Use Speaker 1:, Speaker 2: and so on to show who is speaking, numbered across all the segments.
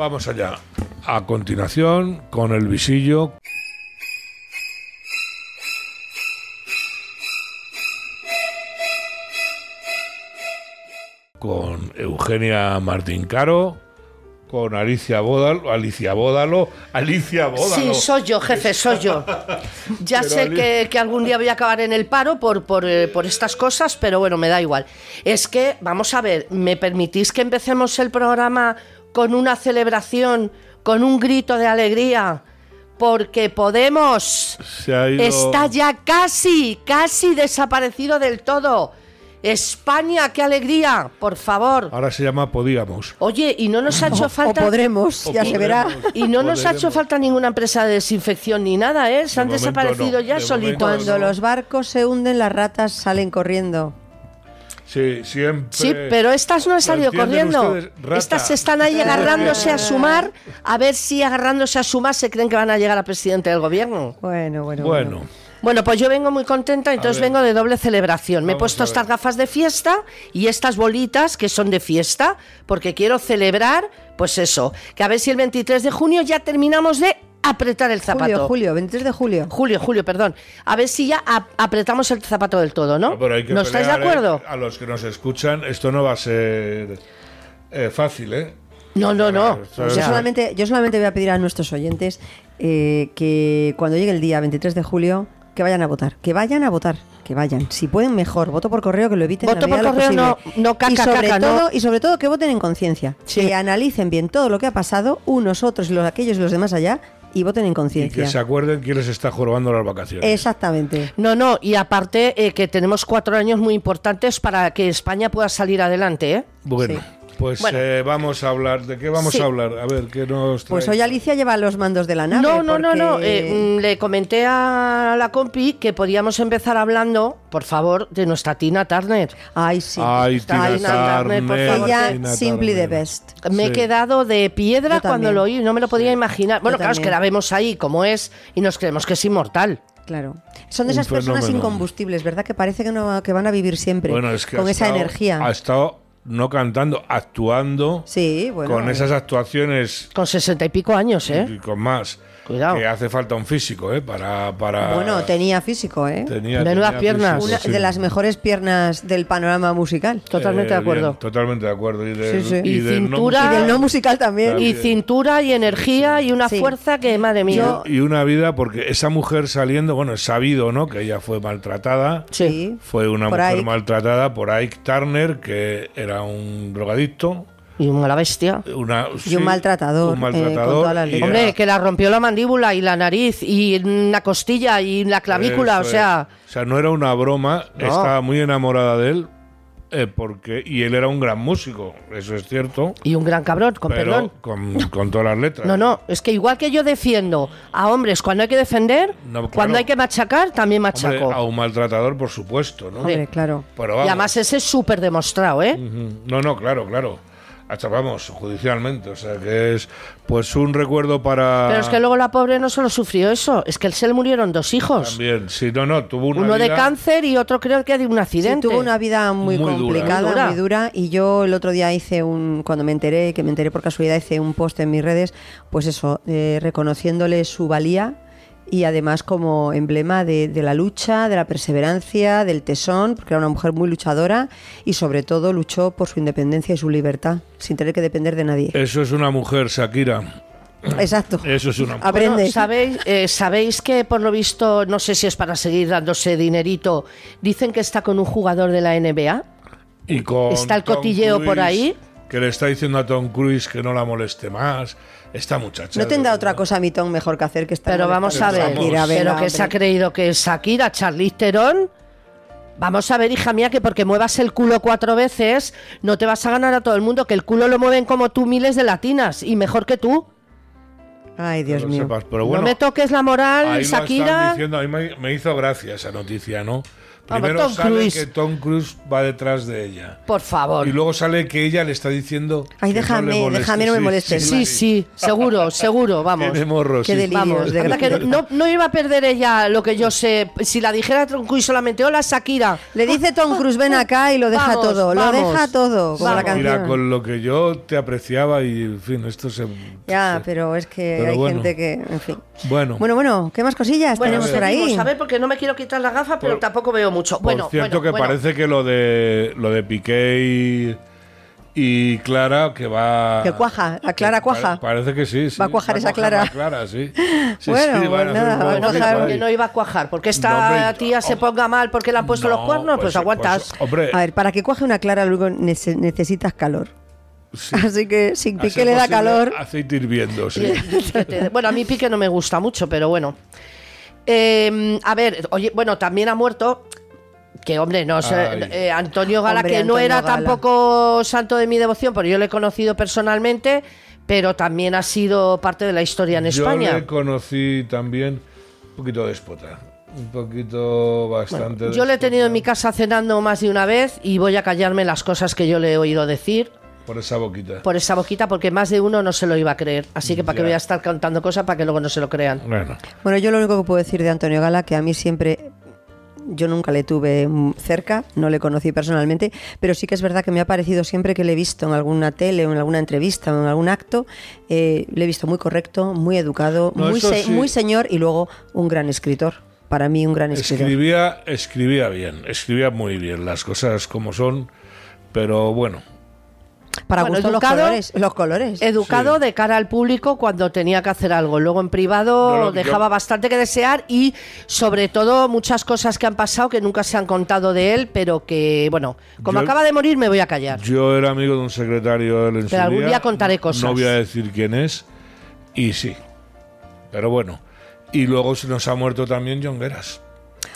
Speaker 1: Vamos allá. A continuación, con el visillo. Con Eugenia Martín Caro, con Alicia Bódalo, Alicia Bódalo, Alicia Bódalo.
Speaker 2: Sí, soy yo, jefe, soy yo. Ya
Speaker 1: Pero
Speaker 2: sé
Speaker 1: Ali-
Speaker 2: que, que algún día voy a acabar en el paro por, por, eh, por estas cosas, pero bueno, me da igual. Es que, vamos a ver, ¿me permitís que empecemos el programa con una celebración, con un grito de alegría? Porque Podemos
Speaker 1: Se ha ido-
Speaker 2: está ya casi, casi desaparecido del todo. España, qué alegría, por favor.
Speaker 1: Ahora se llama Podíamos.
Speaker 2: Oye, ¿y no nos ha hecho falta...
Speaker 3: O podremos,
Speaker 1: O
Speaker 3: ya se verá.
Speaker 1: podremos.
Speaker 2: Y no nos ha hecho
Speaker 1: Podremos.
Speaker 2: falta ninguna empresa de desinfección ni nada, ¿eh? Se han
Speaker 1: momento no,
Speaker 2: desaparecido ya
Speaker 1: de
Speaker 2: solitos.
Speaker 1: momento
Speaker 3: Cuando los barcos se hunden, las ratas salen corriendo.
Speaker 1: Sí, siempre.
Speaker 2: Sí, pero estas no han salido
Speaker 1: entienden
Speaker 2: corriendo.
Speaker 1: ustedes? Rata.
Speaker 2: estas están ahí agarrándose a sumar, a ver si agarrándose a sumar se creen que van a llegar a presidente del gobierno.
Speaker 3: Bueno, bueno, bueno.
Speaker 1: Bueno,
Speaker 2: Bueno, pues yo vengo muy contenta, entonces
Speaker 1: ver.
Speaker 2: vengo de doble celebración. Me he
Speaker 1: Vamos
Speaker 2: puesto
Speaker 1: a ver.
Speaker 2: estas gafas de fiesta y estas bolitas que son de fiesta, porque quiero celebrar, pues eso, que a ver si el 23 de junio ya terminamos de apretar el zapato.
Speaker 3: Julio, julio, 23 de julio.
Speaker 2: Julio, Julio, perdón. A ver si ya ap- apretamos el zapato del todo, ¿no?
Speaker 1: Ah, pero hay que
Speaker 2: ¿No estáis de
Speaker 1: pelear, ¿eh?
Speaker 2: acuerdo?
Speaker 1: A los que nos escuchan, esto no va a ser eh, fácil, ¿eh?
Speaker 2: No, no, no.
Speaker 1: Esto
Speaker 2: O
Speaker 1: es-
Speaker 3: Yo
Speaker 2: sea,
Speaker 3: solamente, yo solamente voy a pedir a nuestros oyentes eh, que cuando llegue el día 23 de julio, que vayan a votar. Que vayan a votar. Que vayan. Si pueden, mejor. Voto por correo, que lo eviten. en la
Speaker 2: Voto por
Speaker 3: medida de lo
Speaker 2: correo,
Speaker 3: posible.
Speaker 2: no- no caca,
Speaker 3: y sobre
Speaker 2: caca,
Speaker 3: todo,
Speaker 2: no.
Speaker 3: Y sobre todo que voten en conciencia.
Speaker 2: Sí.
Speaker 3: Que analicen bien todo lo que ha pasado, unos, otros, los, aquellos y los demás allá, y voten en
Speaker 1: Y que se
Speaker 3: conciencia.
Speaker 1: acuerden quién les está jorobando las vacaciones.
Speaker 3: Exactamente.
Speaker 2: no, no. Y aparte eh, que tenemos cuatro años muy importantes para que España pueda salir adelante, ¿eh?
Speaker 1: Bueno, pues
Speaker 2: Bueno.
Speaker 1: eh, vamos a hablar. ¿De qué vamos
Speaker 2: Sí.
Speaker 1: a hablar? A ver, ¿qué nos trae?
Speaker 3: Pues hoy Alicia lleva los mandos de la nave.
Speaker 2: No, no, no, no.
Speaker 3: porque-
Speaker 2: eh, mm, le comenté a la compi que podíamos empezar hablando, por favor, de nuestra Tina Turner.
Speaker 3: Ay, sí.
Speaker 1: Ay,
Speaker 2: Está
Speaker 1: Tina
Speaker 2: ahí Nandarme, por
Speaker 1: Turner,
Speaker 2: favor.
Speaker 3: Ella,
Speaker 1: Tina
Speaker 3: simply
Speaker 1: Turner.
Speaker 3: the best.
Speaker 2: Me he
Speaker 1: Sí.
Speaker 2: quedado de piedra
Speaker 3: Yo
Speaker 2: cuando
Speaker 3: también.
Speaker 2: lo oí, no me lo podía imaginar. Bueno, claro, es que
Speaker 3: también.
Speaker 2: la vemos ahí como es y nos creemos que es inmortal.
Speaker 3: Claro. Son
Speaker 1: Un
Speaker 3: de esas personas
Speaker 1: fenómeno.
Speaker 3: incombustibles, ¿verdad? Que parece que, no, que van a vivir siempre
Speaker 1: Bueno, es que
Speaker 3: con
Speaker 1: ha
Speaker 3: esa
Speaker 1: estado-
Speaker 3: energía.
Speaker 1: Ha estado no cantando, actuando.
Speaker 3: Sí, bueno. eh,
Speaker 1: con esas actuaciones
Speaker 2: Con sesenta y pico años, ¿eh?
Speaker 1: y con más.
Speaker 2: Cuidado.
Speaker 1: Que hace falta un físico, ¿eh? Para. para
Speaker 3: Bueno, tenía físico, ¿eh?
Speaker 1: tenía-
Speaker 2: Menudas
Speaker 1: tenía
Speaker 2: piernas.
Speaker 1: físico,
Speaker 3: Una
Speaker 1: sí.
Speaker 3: de las mejores piernas del panorama musical.
Speaker 2: Totalmente
Speaker 1: Eh,
Speaker 2: de acuerdo.
Speaker 1: bien, totalmente de acuerdo. Y del-
Speaker 3: Sí, sí.
Speaker 1: y
Speaker 2: Y
Speaker 1: del no
Speaker 2: cintura.
Speaker 3: Y
Speaker 1: musical.
Speaker 3: del no musical también.
Speaker 2: Y cintura y energía y una
Speaker 3: Sí.
Speaker 2: fuerza que, madre mía.
Speaker 3: Yo-
Speaker 1: y una vida, porque esa mujer saliendo, bueno, es sabido, ¿no? Que ella fue maltratada.
Speaker 2: Sí.
Speaker 1: Fue una
Speaker 3: Por
Speaker 1: mujer
Speaker 3: Ike.
Speaker 1: maltratada por Ike Turner, que era un drogadicto.
Speaker 2: Y una la bestia.
Speaker 1: Una, sí,
Speaker 3: un maltratador,
Speaker 1: un
Speaker 3: eh, con
Speaker 1: maltratador,
Speaker 3: todas las
Speaker 1: y
Speaker 3: letras.
Speaker 2: Hombre,
Speaker 1: era-
Speaker 2: que la rompió la mandíbula y la nariz y la costilla y la clavícula,
Speaker 1: Eso
Speaker 2: o sea.
Speaker 1: es. O sea, no era una broma,
Speaker 2: No.
Speaker 1: estaba muy enamorada de él. eh, porque, y él era un gran músico, eso es cierto.
Speaker 2: Y un gran cabrón, con
Speaker 1: pero eh.
Speaker 2: perdón.
Speaker 1: Con, con todas las letras.
Speaker 2: No, no, es que igual que yo defiendo a hombres cuando hay que defender,
Speaker 1: No, claro.
Speaker 2: cuando hay que machacar, también
Speaker 1: Hombre,
Speaker 2: machaco.
Speaker 1: a un maltratador, por supuesto, ¿no?
Speaker 3: Hombre, claro.
Speaker 1: Pero
Speaker 2: y
Speaker 1: vamos. Mm.
Speaker 2: además ese es súper demostrado, ¿eh?
Speaker 1: Ujú. No, no, claro, claro. Hasta vamos, judicialmente. O sea, que es pues un recuerdo para.
Speaker 2: Pero es que luego la pobre no solo sufrió eso, es que él se le murieron dos hijos.
Speaker 1: También, sí, no, no, tuvo una
Speaker 2: Uno de
Speaker 1: vida-
Speaker 2: cáncer y otro creo que de un
Speaker 3: Sí,
Speaker 2: accidente.
Speaker 3: tuvo una vida muy,
Speaker 1: Muy dura. ¿eh?
Speaker 3: complicada,
Speaker 2: Muy dura.
Speaker 3: muy dura. Y yo el otro día hice un, cuando me enteré, que me enteré por casualidad, hice un post en mis redes, pues eso, eh, reconociéndole su valía y además como emblema de, de la lucha, de la perseverancia, del tesón, porque era una mujer muy luchadora y sobre todo luchó por su independencia y su libertad, sin tener que depender de nadie.
Speaker 1: Eso es una mujer, Shakira.
Speaker 3: Exacto.
Speaker 1: Eso es una mujer.
Speaker 3: Aprende.
Speaker 2: Bueno, ¿sabéis, eh, sabéis que por lo visto, no sé si es para seguir dándose dinerito, dicen que está con un jugador de la NBA.
Speaker 1: Y con
Speaker 2: Está el
Speaker 1: Tom
Speaker 2: cotilleo por
Speaker 1: Cruise,
Speaker 2: ahí.
Speaker 1: Que le está diciendo a Tom Cruise que no la moleste más. Esta muchacha.
Speaker 3: no
Speaker 1: de
Speaker 3: tendrá
Speaker 1: verdad.
Speaker 3: otra cosa a mi Tom mejor que hacer que estar
Speaker 2: Pero vamos a
Speaker 3: molestando
Speaker 2: ver,
Speaker 3: Shakira, venga,
Speaker 2: pero que se ha
Speaker 3: hombre.
Speaker 2: creído que es Shakira, Charlize Theron. Vamos a ver, hija mía, que porque muevas el culo cuatro veces, no te vas a ganar a todo el mundo, que el culo lo mueven como tú miles de latinas, y mejor que tú.
Speaker 3: Ay, Dios
Speaker 1: Que lo
Speaker 3: mío.
Speaker 1: sepas. Pero bueno,
Speaker 2: no me toques la
Speaker 1: ahí
Speaker 2: moral,
Speaker 1: lo están
Speaker 2: Shakira.
Speaker 1: diciendo, a mí me, me hizo gracia esa noticia, ¿no?
Speaker 2: Vamos,
Speaker 1: Primero
Speaker 2: Tom
Speaker 1: sale
Speaker 2: Cruise.
Speaker 1: que Tom Cruise va detrás de ella.
Speaker 2: Por favor.
Speaker 1: Y luego sale que ella le está diciendo.
Speaker 3: Ay,
Speaker 1: que no
Speaker 3: déjame,
Speaker 1: le moleste.
Speaker 3: déjame, no me
Speaker 1: Sí,
Speaker 3: molestes.
Speaker 2: Sí, sí, seguro, seguro, vamos.
Speaker 1: Tiene morros,
Speaker 3: Qué
Speaker 1: sí.
Speaker 3: delirio.
Speaker 2: Vamos,
Speaker 3: de
Speaker 2: anda que
Speaker 3: grande.
Speaker 2: no, no iba a perder ella lo que yo sé. Si la dijera Troncuy solamente, hola Shakira.
Speaker 3: Le dice Tom Cruise, ven acá y lo deja
Speaker 2: Vamos,
Speaker 3: todo.
Speaker 2: vamos.
Speaker 3: lo deja todo, como la
Speaker 2: Vamos.
Speaker 3: canción.
Speaker 1: Mira, con lo que yo te apreciaba y, en fin, esto se.
Speaker 3: Ya, pero es que
Speaker 1: Pero
Speaker 3: hay
Speaker 1: bueno.
Speaker 3: gente que, en fin.
Speaker 1: Bueno.
Speaker 3: Bueno, bueno, ¿qué más cosillas tenemos por ahí?
Speaker 2: pues seguimos, a ver, porque no me quiero quitar las gafas, pero
Speaker 1: Por-
Speaker 2: tampoco veo mucho.
Speaker 1: Por
Speaker 2: bueno,
Speaker 1: cierto,
Speaker 2: bueno,
Speaker 1: que
Speaker 2: bueno.
Speaker 1: parece que lo de lo de Piqué y, y Clara que va.
Speaker 3: Que cuaja, la
Speaker 1: que
Speaker 3: Clara
Speaker 1: pa-
Speaker 3: cuaja.
Speaker 1: parece que sí. sí,
Speaker 3: Va a cuajar esa Clara.
Speaker 1: va Clara, sí. Sí,
Speaker 3: Bueno,
Speaker 1: sí, van a hacer
Speaker 3: pues nada,
Speaker 1: un nuevo
Speaker 3: van a
Speaker 2: Bueno,
Speaker 1: clip
Speaker 3: cuajar,
Speaker 2: claro,
Speaker 1: ahí.
Speaker 2: que no iba a cuajar, porque esta
Speaker 1: No, hombre,
Speaker 2: tía se
Speaker 1: hom-
Speaker 2: ponga mal porque le han puesto los
Speaker 1: No,
Speaker 2: cuernos, pues, aguantas.
Speaker 1: pues, hombre,
Speaker 3: A ver, para que cuaje una clara luego nece- necesitas calor.
Speaker 1: sí,
Speaker 3: Así que sin
Speaker 1: a ser
Speaker 3: pique le da
Speaker 1: posible,
Speaker 3: calor.
Speaker 1: Aceite hirviendo, sí.
Speaker 2: Que te- bueno, a mí Pique no me gusta mucho, pero bueno. Eh, a ver, oye, bueno, también ha muerto. Que hombre, no sé,
Speaker 1: Ay.
Speaker 2: eh, Antonio Gala,
Speaker 3: Hombre,
Speaker 2: que no
Speaker 3: Antonio
Speaker 2: era
Speaker 3: Gala.
Speaker 2: tampoco santo de mi devoción, porque yo le he conocido personalmente, pero también ha sido parte de la historia en
Speaker 1: Yo
Speaker 2: España.
Speaker 1: le conocí también un poquito déspota. Un poquito bastante.
Speaker 2: Yo le he
Speaker 1: déspota.
Speaker 2: tenido en mi casa cenando más de una vez y voy a callarme las cosas que yo le he oído decir
Speaker 1: Por esa boquita.
Speaker 2: por esa boquita, porque más de uno no se lo iba a creer. Así que para qué
Speaker 1: Ya.
Speaker 2: voy a estar contando cosas para que luego no se lo crean.
Speaker 1: Bueno.
Speaker 3: Bueno, yo lo único que puedo decir de Antonio Gala, que a mí siempre, yo nunca le tuve mm, cerca, no le conocí personalmente, pero sí que es verdad que me ha parecido siempre que le he visto en alguna tele, o en alguna entrevista, o en algún acto, eh, le he visto muy correcto, muy educado,
Speaker 1: No,
Speaker 3: muy,
Speaker 1: eso
Speaker 3: se-
Speaker 1: sí.
Speaker 3: muy señor y luego un gran escritor. Para mí un gran escritor.
Speaker 1: Escribía, escribía bien, escribía muy bien las cosas como son, pero bueno,
Speaker 3: Para
Speaker 2: Bueno,
Speaker 3: gusto los
Speaker 2: educado,
Speaker 3: colores. Los colores.
Speaker 2: Educado
Speaker 1: Sí.
Speaker 2: de cara al público cuando tenía que hacer algo. Luego en privado
Speaker 1: No, lo que
Speaker 2: dejaba
Speaker 1: yo-
Speaker 2: bastante que desear y sobre todo muchas cosas que han pasado que nunca se han contado de él, pero que, bueno, como
Speaker 1: Yo-
Speaker 2: acaba de morir me voy a callar.
Speaker 1: yo era amigo de un secretario del en su
Speaker 2: Pero algún día contaré cosas.
Speaker 1: No voy a decir quién es, y sí, pero bueno. Y luego se nos ha muerto también John Gueras.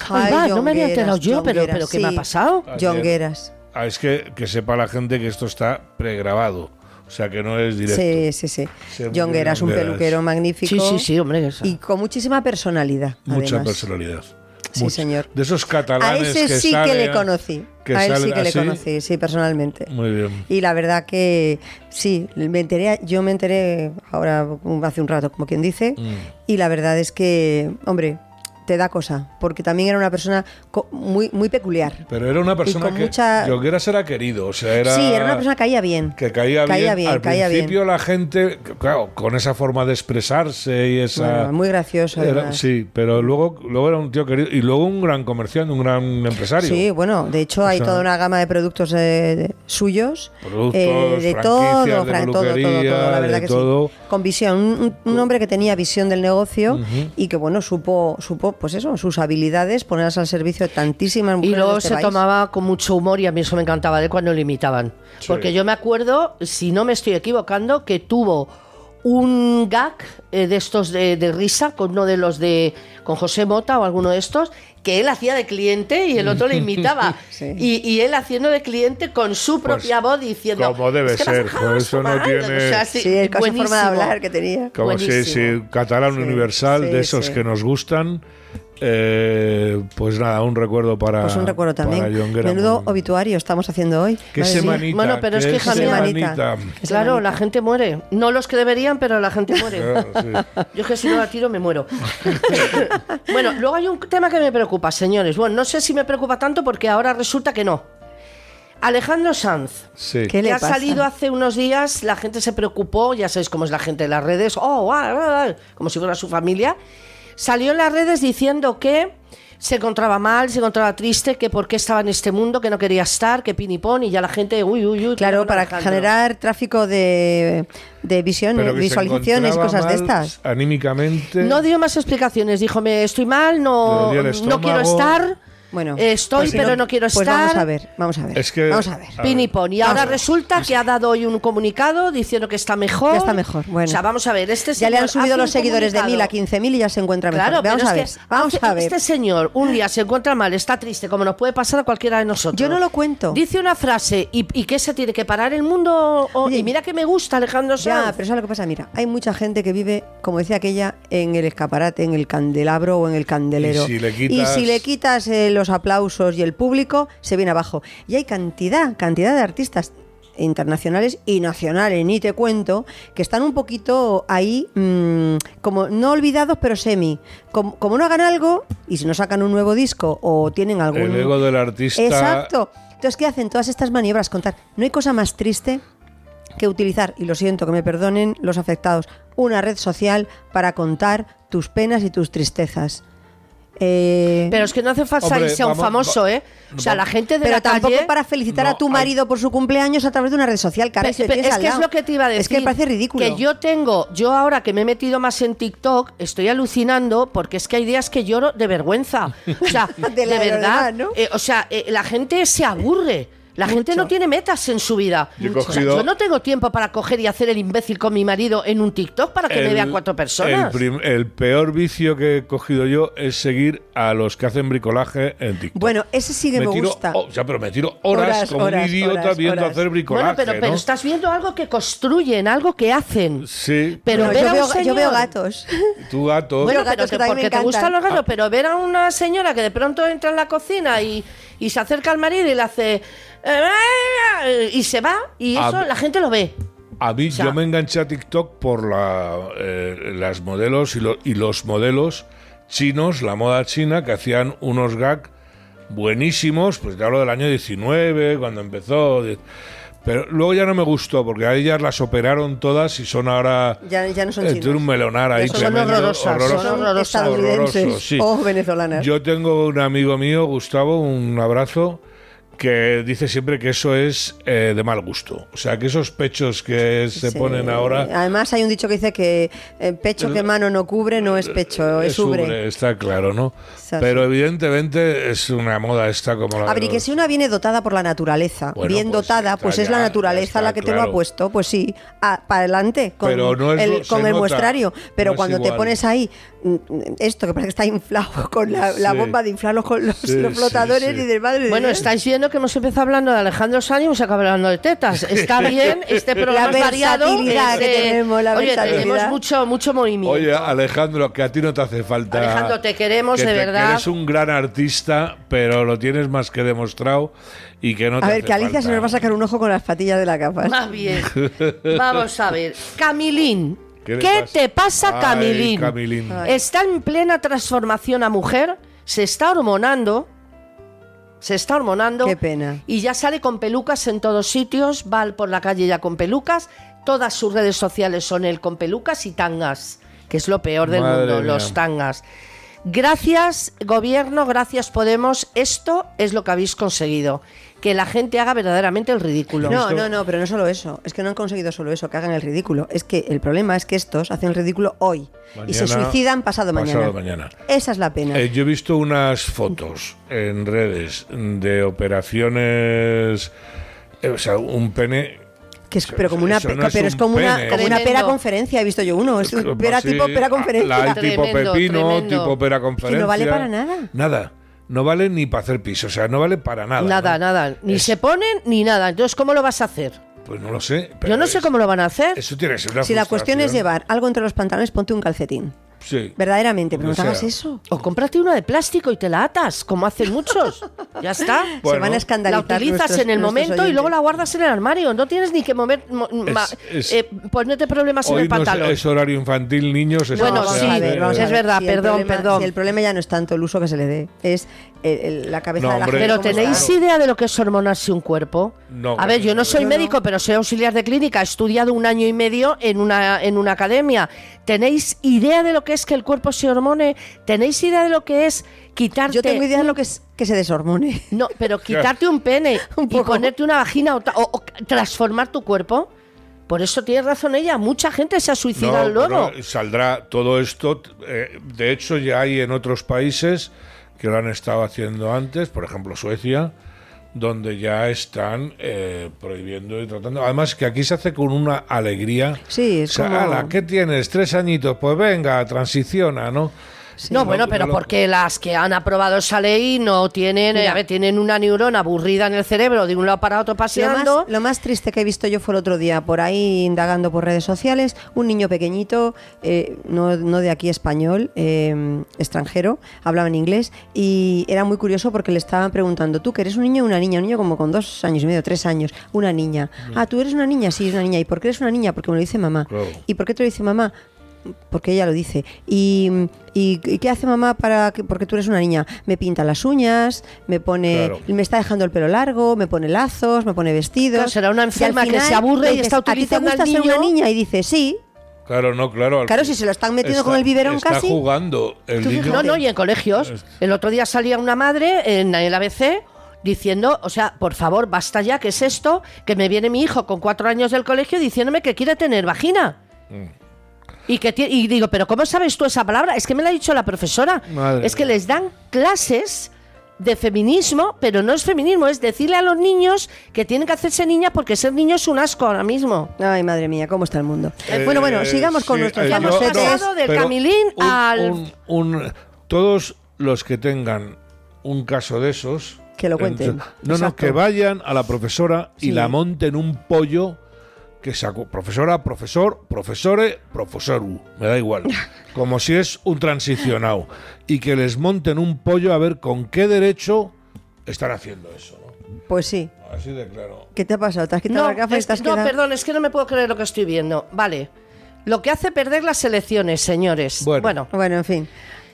Speaker 2: Ay, va, no me había
Speaker 3: Jongueras,
Speaker 2: enterado yo, pero-
Speaker 3: Jongueras,
Speaker 2: pero ¿qué me ha pasado?
Speaker 3: Jongueras.
Speaker 1: Ah, es que, que sepa la gente que esto está pregrabado, o sea que no es directo.
Speaker 3: Sí, sí, sí.
Speaker 1: Se murió
Speaker 3: Jongueras, un
Speaker 1: Jongueras.
Speaker 3: peluquero magnífico.
Speaker 2: Sí, sí, sí, hombre. que esa-
Speaker 3: Y con muchísima personalidad.
Speaker 1: Mucha
Speaker 3: además.
Speaker 1: personalidad.
Speaker 3: Sí,
Speaker 1: Mucha.
Speaker 3: señor.
Speaker 1: De esos
Speaker 3: A
Speaker 1: catalanes
Speaker 3: ese
Speaker 1: que
Speaker 3: sí que
Speaker 1: salen-
Speaker 3: le conocí.
Speaker 1: que
Speaker 3: a él sí
Speaker 1: salen
Speaker 3: que le
Speaker 1: así.
Speaker 3: conocí, sí, personalmente.
Speaker 1: Muy bien.
Speaker 3: Y la verdad que sí, me enteré, yo me enteré ahora mm, hace un rato, como quien dice,
Speaker 1: Mm.
Speaker 3: y la verdad es que, hombre, te da cosa, porque también era una persona co- muy, muy peculiar.
Speaker 1: Pero era una persona
Speaker 3: con
Speaker 1: que
Speaker 3: mucha-
Speaker 1: John Gueras era querido, o sea, era
Speaker 3: Sí, era una persona que caía bien.
Speaker 1: que caía, bien. Al
Speaker 3: caía bien.
Speaker 1: principio la gente, claro, con esa forma de expresarse y esa...
Speaker 3: Bueno, muy gracioso.
Speaker 1: Era-
Speaker 3: además.
Speaker 1: sí, pero luego, luego era un tío querido y luego un gran comerciante, un gran empresario.
Speaker 3: Sí, bueno, de hecho hay
Speaker 1: sea,
Speaker 3: toda una gama de productos eh, de- suyos. eh,
Speaker 1: Productos,
Speaker 3: de
Speaker 1: franquicias,
Speaker 3: todo,
Speaker 1: de
Speaker 3: fra- todo, todo, todo, la
Speaker 1: peluquería,
Speaker 3: verdad
Speaker 1: de
Speaker 3: que
Speaker 1: todo.
Speaker 3: sí. Con visión, un, un- un hombre que tenía visión del negocio y que, bueno, supo, supo, pues eso, sus habilidades ponerlas al servicio de tantísimas
Speaker 2: Y
Speaker 3: mujeres.
Speaker 2: luego
Speaker 3: de este
Speaker 2: se
Speaker 3: país.
Speaker 2: tomaba con mucho humor y a mí eso me encantaba de cuando lo imitaban.
Speaker 1: Sí.
Speaker 2: Porque yo me acuerdo, si no me estoy equivocando, que tuvo un gag eh, de estos de, de risa con uno de los de con José Mota o alguno de estos que él hacía de cliente y el otro le imitaba
Speaker 3: Sí.
Speaker 2: y, y él haciendo de cliente con su
Speaker 1: Pues,
Speaker 2: propia voz diciendo
Speaker 1: como debe
Speaker 2: "Es que me has
Speaker 1: ser,
Speaker 2: dejado
Speaker 1: pues eso no
Speaker 2: asomando".
Speaker 1: tiene-
Speaker 3: Sí, es con esa forma de
Speaker 2: buenísimo.
Speaker 3: hablar que tenía.
Speaker 1: Como si,
Speaker 2: Buenísimo.
Speaker 1: si catalán
Speaker 3: Sí,
Speaker 1: universal,
Speaker 3: sí,
Speaker 1: de esos
Speaker 3: sí.
Speaker 1: que nos gustan. Eh, pues nada, un recuerdo para.
Speaker 3: Pues un recuerdo también.
Speaker 1: Ah, para John Gueras.
Speaker 3: Menudo obituario estamos haciendo hoy.
Speaker 1: Qué
Speaker 3: Madre mía.
Speaker 1: semanita.
Speaker 2: Bueno, pero es
Speaker 1: qué
Speaker 2: que, hija mía-
Speaker 1: semanita.
Speaker 3: Esa
Speaker 2: Claro,
Speaker 3: manita.
Speaker 2: la gente muere. No los que deberían, pero la gente muere.
Speaker 1: Claro, sí.
Speaker 2: Yo es que si no la tiro me muero. bueno, luego hay un tema que me preocupa, señores. Bueno, no sé si me preocupa tanto porque ahora resulta que no. Alejandro Sanz,
Speaker 1: Sí.
Speaker 3: ¿Qué
Speaker 2: que
Speaker 3: le
Speaker 2: ha
Speaker 3: pasa?
Speaker 2: salido hace unos días, la gente se preocupó, ya sabéis cómo es la gente de las redes, oh, ah, ah, ah, como si fuera su familia, salió en las redes diciendo que se encontraba mal, se encontraba triste, que por qué estaba en este mundo, que no quería estar, que pinipón, y ya la gente, uy, uy, uy.
Speaker 3: Claro,
Speaker 2: bueno,
Speaker 3: para
Speaker 2: Alejandro.
Speaker 3: generar tráfico de, de visiones,
Speaker 1: Pero que se
Speaker 3: visualizaciones,
Speaker 1: encontraba
Speaker 3: cosas de
Speaker 1: mal
Speaker 3: estas.
Speaker 1: Anímicamente.
Speaker 2: No dio más explicaciones, dijo, me estoy mal, no,
Speaker 1: Este- Le dolía el
Speaker 2: no quiero
Speaker 1: estómago.
Speaker 2: estar, Eh,
Speaker 3: Bueno,
Speaker 2: estoy,
Speaker 3: pues si
Speaker 2: pero no, quiero
Speaker 3: pues
Speaker 2: estar.
Speaker 3: Vamos a ver, vamos a ver.
Speaker 1: Es que-
Speaker 3: vamos a ver.
Speaker 1: A ver.
Speaker 2: Pin y pon. Y ahora resulta que ha dado hoy un comunicado diciendo que está mejor.
Speaker 3: Ya está mejor, bueno.
Speaker 2: O sea, vamos a ver, este
Speaker 3: Ya le
Speaker 2: señor
Speaker 3: han subido
Speaker 2: hace
Speaker 3: los
Speaker 2: un
Speaker 3: seguidores de
Speaker 2: comunicado.
Speaker 3: 1000 a 15000 y ya se encuentra mejor.
Speaker 2: Claro,
Speaker 3: vamos
Speaker 2: pero
Speaker 3: a ver.
Speaker 2: es que
Speaker 3: vamos
Speaker 2: hace-
Speaker 3: a ver.
Speaker 2: Este señor un día se encuentra mal, está triste, como nos puede pasar a cualquiera de nosotros.
Speaker 3: Yo no lo cuento.
Speaker 2: Dice una frase, ¿y, y qué se tiene que parar el mundo? O-
Speaker 3: Oye,
Speaker 2: y mira que me gusta Alejandro
Speaker 3: Ya,
Speaker 2: Sanz.
Speaker 3: pero ¿sabes lo que pasa? Mira, hay mucha gente que vive, como decía aquella, en el escaparate, en el candelabro o en el candelero.
Speaker 1: Y si le
Speaker 3: Y
Speaker 1: quitas-
Speaker 3: si le quitas, eh, los los aplausos y el público se viene abajo. Y hay cantidad, cantidad de artistas internacionales y nacionales, ni te cuento, que están un poquito ahí, mm, como no olvidados, pero semi. Como, como no hagan algo, y si no sacan un nuevo disco o tienen algún.
Speaker 1: El ego del artista.
Speaker 3: Exacto. Entonces, ¿qué hacen todas estas maniobras? Contar. No hay cosa más triste que utilizar, y lo siento que me perdonen los afectados, una red social para contar tus penas y tus tristezas. Eh,
Speaker 2: Pero es que no hace falta
Speaker 1: Hombre,
Speaker 2: irse a un
Speaker 1: vamos,
Speaker 2: famoso,
Speaker 1: va-
Speaker 2: ¿eh? O sea,
Speaker 1: va-
Speaker 2: la gente de
Speaker 3: pero
Speaker 2: la
Speaker 3: tampoco
Speaker 2: calle...
Speaker 3: para felicitar
Speaker 1: No,
Speaker 3: a tu
Speaker 1: hay-
Speaker 3: marido por su cumpleaños a través de una red social, cara,
Speaker 2: Pe-
Speaker 3: si lo
Speaker 2: pe-
Speaker 3: tienes
Speaker 2: es
Speaker 3: al
Speaker 2: que es
Speaker 3: lado.
Speaker 2: lo que te iba a decir.
Speaker 3: Es que me parece ridículo.
Speaker 2: Que yo tengo, yo ahora que me he metido más en TikTok, estoy alucinando porque es que hay días que lloro de vergüenza. O sea, de,
Speaker 3: De la
Speaker 2: verdad.
Speaker 3: verdad, ¿no?
Speaker 2: eh, o sea, eh, la gente se aburre. La gente no tiene metas en su vida.
Speaker 1: Yo he
Speaker 2: O sea,
Speaker 1: cogido-
Speaker 2: yo no tengo tiempo para coger y hacer el imbécil con mi marido en un TikTok para que me vean cuatro personas.
Speaker 1: El, prim- el peor vicio que he cogido yo es seguir a los que hacen bricolaje en TikTok.
Speaker 3: Bueno, ese sí que me,
Speaker 1: tiro,
Speaker 3: gusta.
Speaker 1: o sea, pero me tiro horas,
Speaker 3: Horas,
Speaker 1: como
Speaker 3: horas,
Speaker 1: un idiota
Speaker 3: horas,
Speaker 1: viendo
Speaker 3: horas.
Speaker 1: hacer bricolaje.
Speaker 2: bueno, pero, pero
Speaker 1: ¿no?
Speaker 2: estás viendo algo que construyen, algo que hacen.
Speaker 1: Sí,
Speaker 2: pero
Speaker 3: No,
Speaker 2: ver a
Speaker 3: yo,
Speaker 2: un
Speaker 3: veo, yo
Speaker 2: señor-
Speaker 3: veo gatos.
Speaker 1: tú gato.
Speaker 2: Bueno,
Speaker 3: Los
Speaker 2: pero
Speaker 3: gatos que
Speaker 2: que
Speaker 3: también me
Speaker 2: porque te
Speaker 3: encantan.
Speaker 2: gustan los gatos, pero ver a una señora que de pronto entra en la cocina y, y se acerca al marido y le hace... "Eh", Y se va, y
Speaker 1: A
Speaker 2: eso
Speaker 1: ver.
Speaker 2: la gente lo ve.
Speaker 1: A mí,
Speaker 2: sea-
Speaker 1: yo me enganché a TikTok por la, eh, las modelos y, lo- y los modelos chinos, la moda china, que hacían unos gag buenísimos, pues te hablo del año 19, cuando empezó. de- Pero luego ya no me gustó, porque a ellas las operaron todas y son ahora...
Speaker 3: Ya- ya no son
Speaker 1: eh,
Speaker 3: chinas.
Speaker 1: tiene un melonar ahí
Speaker 2: Ya son
Speaker 1: tremendo,
Speaker 2: horrorosas,
Speaker 1: horroroso.
Speaker 2: son horrorosas.
Speaker 3: estadounidenses
Speaker 1: Horroroso, sí.
Speaker 3: o venezolanas.
Speaker 1: Yo tengo un amigo mío, Gustavo, un abrazo, que dice siempre que eso es eh, de mal gusto. O sea, que esos pechos que se
Speaker 3: Sí.
Speaker 1: ponen ahora
Speaker 3: Además, hay un dicho que dice que eh, pecho que mano no cubre no es pecho, es ubre.
Speaker 1: ubre, está claro, ¿no?
Speaker 3: Exacto.
Speaker 1: Pero evidentemente es una moda esta como la...
Speaker 3: A ver, y que si una viene dotada por la naturaleza,
Speaker 1: Bueno,
Speaker 3: bien
Speaker 1: pues
Speaker 3: dotada,
Speaker 1: está
Speaker 3: pues es
Speaker 1: ya,
Speaker 3: la
Speaker 1: ya
Speaker 3: naturaleza
Speaker 1: está,
Speaker 3: la que te lo
Speaker 1: claro.
Speaker 3: ha puesto, pues sí, a- para adelante con
Speaker 1: Pero no es-
Speaker 3: el,
Speaker 1: se
Speaker 3: con el
Speaker 1: nota,
Speaker 3: muestrario. Pero
Speaker 1: no es
Speaker 3: cuando te
Speaker 1: igual.
Speaker 3: pones ahí mm, mm, esto que parece que está inflado con la, la
Speaker 1: Sí.
Speaker 3: bomba de inflar los, los-
Speaker 1: Sí,
Speaker 3: los
Speaker 1: sí,
Speaker 3: flotadores
Speaker 1: sí.
Speaker 3: y del madre de
Speaker 2: Bueno,
Speaker 3: Dios.
Speaker 2: estáis viendo que hemos empezado hablando de Alejandro Sanz y hemos acabado hablando de tetas. Está bien, este programa es variado.
Speaker 3: versatilidad
Speaker 2: es
Speaker 3: que
Speaker 2: de-
Speaker 3: tenemos, la
Speaker 2: Oye,
Speaker 3: versatilidad.
Speaker 2: tenemos mucho, mucho movimiento.
Speaker 1: Oye, Alejandro, que a ti no te hace falta...
Speaker 2: Alejandro, te queremos,
Speaker 1: que
Speaker 2: de
Speaker 1: te- que
Speaker 2: verdad.
Speaker 1: eres un gran artista, pero lo tienes más que demostrado y que no te
Speaker 3: A ver,
Speaker 1: hace
Speaker 3: que Alicia se
Speaker 1: falta.
Speaker 3: nos va a sacar un ojo con las patillas de la capa.
Speaker 2: Más bien. Vamos a ver. Camilín.
Speaker 1: ¿Qué
Speaker 2: ¿Qué,
Speaker 1: le pasa?
Speaker 2: te pasa,
Speaker 1: Ay,
Speaker 2: Camilín?
Speaker 1: Camilín. Ay.
Speaker 2: Está en plena transformación a mujer, se está hormonando. Se está hormonando.
Speaker 3: Qué pena.
Speaker 2: Y ya sale con pelucas en todos sitios, va por la calle ya con pelucas. Todas sus redes sociales son él con pelucas y tangas, que es lo peor del
Speaker 1: Madre
Speaker 2: mundo,
Speaker 1: mía.
Speaker 2: los tangas. Gracias, gobierno, gracias, Podemos. Esto es lo que habéis conseguido. Que la gente haga verdaderamente el ridículo.
Speaker 3: No, no, no, pero no solo eso. Es que no han conseguido solo eso, que hagan el ridículo. Es que el problema es que estos hacen el ridículo hoy y se
Speaker 1: Mañana,
Speaker 3: suicidan pasado mañana.
Speaker 1: pasado mañana.
Speaker 3: Esa es la pena.
Speaker 1: Eh, yo he visto unas fotos en redes de operaciones, eh, o sea, un pene
Speaker 3: que es, pero como una,
Speaker 1: eso no
Speaker 3: pe-
Speaker 1: es
Speaker 3: pero es
Speaker 1: un
Speaker 3: como una,
Speaker 1: pene.
Speaker 3: como una pera
Speaker 2: Tremendo.
Speaker 3: conferencia, he visto yo uno. Es un pera
Speaker 1: eh, así,
Speaker 3: Pues, tipo pera
Speaker 1: La hay
Speaker 3: conferencia.
Speaker 1: tipo
Speaker 2: Tremendo,
Speaker 1: pepino,
Speaker 2: tremendo.
Speaker 1: tipo pera conferencia.
Speaker 3: vale para nada.
Speaker 1: Nada. No vale ni para hacer piso, o sea, no vale para nada.
Speaker 2: Nada,
Speaker 1: ¿no?
Speaker 2: nada. Ni
Speaker 1: Es-
Speaker 2: se ponen ni nada. Entonces, ¿cómo lo vas a hacer?
Speaker 1: Pues no lo sé.
Speaker 2: Yo
Speaker 1: pero
Speaker 2: no sé
Speaker 1: es-
Speaker 2: cómo lo van a hacer.
Speaker 1: Eso tiene que ser una
Speaker 3: Si la cuestión es
Speaker 1: frustración.
Speaker 3: llevar algo entre los pantalones, ponte un calcetín.
Speaker 1: Sí.
Speaker 3: Verdaderamente, pero
Speaker 1: Lo
Speaker 3: no
Speaker 1: que
Speaker 3: te hagas
Speaker 1: sea.
Speaker 3: eso.
Speaker 2: O cómprate una de plástico y te la atas, como hacen muchos. ya está.
Speaker 1: Bueno,
Speaker 3: Se van a
Speaker 2: La
Speaker 3: escandalizar.
Speaker 2: utilizas
Speaker 3: nuestros-
Speaker 2: en el
Speaker 3: nuestros
Speaker 2: momento y
Speaker 3: oyentes.
Speaker 2: luego la guardas en el armario. No tienes ni que mover, mo- ma-
Speaker 1: es-
Speaker 2: eh, ponerte problemas en
Speaker 1: Hoy
Speaker 2: el
Speaker 1: no es,
Speaker 2: pantalón.
Speaker 1: es horario infantil, niños. eso
Speaker 2: Bueno,
Speaker 1: no se
Speaker 2: sí,
Speaker 1: hace,
Speaker 2: ver, vamos a
Speaker 1: ¿eh?
Speaker 2: es ver. verdad,
Speaker 3: Si el
Speaker 2: perdón,
Speaker 3: problema-
Speaker 2: perdón.
Speaker 3: si el problema ya no es tanto el uso que se le dé, es el- el- la cabeza
Speaker 1: No,
Speaker 3: de la
Speaker 1: hombre,
Speaker 3: gente.
Speaker 2: Pero
Speaker 3: cómo está.
Speaker 2: ¿tenéis
Speaker 1: claro.
Speaker 2: idea de lo que es hormonarse un cuerpo?
Speaker 1: No,
Speaker 2: a ver, yo no soy
Speaker 3: no.
Speaker 2: médico, pero soy auxiliar de clínica, he estudiado un año y medio en una, en una academia. ¿Tenéis idea de lo que es que el cuerpo se hormone? ¿Tenéis idea de lo que es quitarte...
Speaker 3: Yo tengo idea de lo que es que se deshormone.
Speaker 2: No, pero quitarte un pene
Speaker 3: Un
Speaker 2: y
Speaker 3: poco.
Speaker 2: ponerte una vagina o, ta- o- o transformar tu cuerpo. Por eso tiene razón ella, mucha gente se ha suicidado
Speaker 1: No,
Speaker 2: luego.
Speaker 1: pero saldrá todo esto. eh, de hecho, ya hay en otros países que lo han estado haciendo antes, por ejemplo Suecia, donde ya están eh, prohibiendo y tratando. Además, que aquí se hace con una alegría.
Speaker 3: Sí, es
Speaker 1: O sea,
Speaker 3: como-
Speaker 1: "Ala, ¿qué tienes? Tres añitos, pues venga, transiciona, ¿no?
Speaker 3: Sí.
Speaker 2: no, bueno, pero
Speaker 1: no lo-
Speaker 2: porque las que han aprobado esa ley no tienen, eh,
Speaker 3: Mira.
Speaker 2: a ver, tienen una neurona aburrida en el cerebro de un lado para otro
Speaker 3: Lo más,
Speaker 2: paseando.
Speaker 3: lo más triste que he visto yo fue el otro día, por ahí indagando por redes sociales, un niño pequeñito, eh, no, no de aquí español, eh, extranjero, hablaba en inglés y era muy curioso porque le estaban preguntando, ¿tú que eres un niño o una niña? Un niño como con dos años y medio, tres años, una niña. Ah, ¿tú eres una niña? Sí, es una niña. ¿Y por qué eres una niña? Porque me lo dice mamá.
Speaker 1: Claro.
Speaker 3: ¿Y por qué te lo dice mamá? Porque ella lo dice. ¿Y, y, y qué hace mamá para que, porque tú eres una niña? Me pinta las uñas, me pone
Speaker 1: Claro.
Speaker 3: me está dejando el pelo largo, me pone lazos, me pone vestidos.
Speaker 2: Claro, será una
Speaker 3: Y al
Speaker 2: enferma que se aburre y
Speaker 3: le dices,
Speaker 2: está utilizando
Speaker 3: ¿A ti te
Speaker 2: al
Speaker 3: gusta ser una
Speaker 2: niño?"
Speaker 3: niña? Y dice, sí.
Speaker 1: Claro, no, claro. al-
Speaker 3: Claro, si se lo están metiendo con el biberón
Speaker 1: está Está
Speaker 3: casi.
Speaker 1: jugando el
Speaker 3: Tú
Speaker 1: niño.
Speaker 2: No, no, y en colegios.
Speaker 1: Es-
Speaker 2: El otro día salía una madre en el ABC diciendo, o sea, por favor, basta ya, ¿qué es esto? Que me viene mi hijo con cuatro años del colegio diciéndome que quiere tener vagina.
Speaker 1: Mm.
Speaker 2: Y, que tie- y digo, ¿pero cómo sabes tú esa palabra? Es que me la ha dicho la profesora.
Speaker 1: Madre
Speaker 2: es que
Speaker 1: mía.
Speaker 2: les dan clases de feminismo, pero no es feminismo, es decirle a los niños que tienen que hacerse niñas porque ser niño es un asco ahora mismo.
Speaker 3: Ay, madre mía, ¿cómo está el mundo?
Speaker 1: Eh,
Speaker 3: bueno, bueno, sigamos con
Speaker 1: sí,
Speaker 3: nuestros
Speaker 1: eh,
Speaker 2: Ya hemos
Speaker 1: yo-
Speaker 3: famosetes.
Speaker 2: pasado del
Speaker 1: pero
Speaker 2: Camilín al-
Speaker 1: un- todos los que tengan un caso de esos.
Speaker 3: Que lo cuenten.
Speaker 1: no, no,
Speaker 3: Exacto.
Speaker 1: que vayan a la profesora y
Speaker 3: Sí.
Speaker 1: la monten un pollo que sacó. Profesora, profesor, profesore, profesoru. Me da igual. Como si es un transicionado. Y que les monten un pollo a ver con qué derecho están haciendo eso. ¿no?
Speaker 3: Pues sí.
Speaker 1: Así de claro.
Speaker 3: ¿Qué te ha pasado? ¿Te has quitado las gafas y
Speaker 2: es-
Speaker 3: te has
Speaker 2: no,
Speaker 3: quedado-
Speaker 2: perdón, es que no me puedo creer lo que estoy viendo. Vale. Lo que hace perder las elecciones, señores.
Speaker 1: Bueno.
Speaker 2: Bueno.
Speaker 3: Bueno, en fin.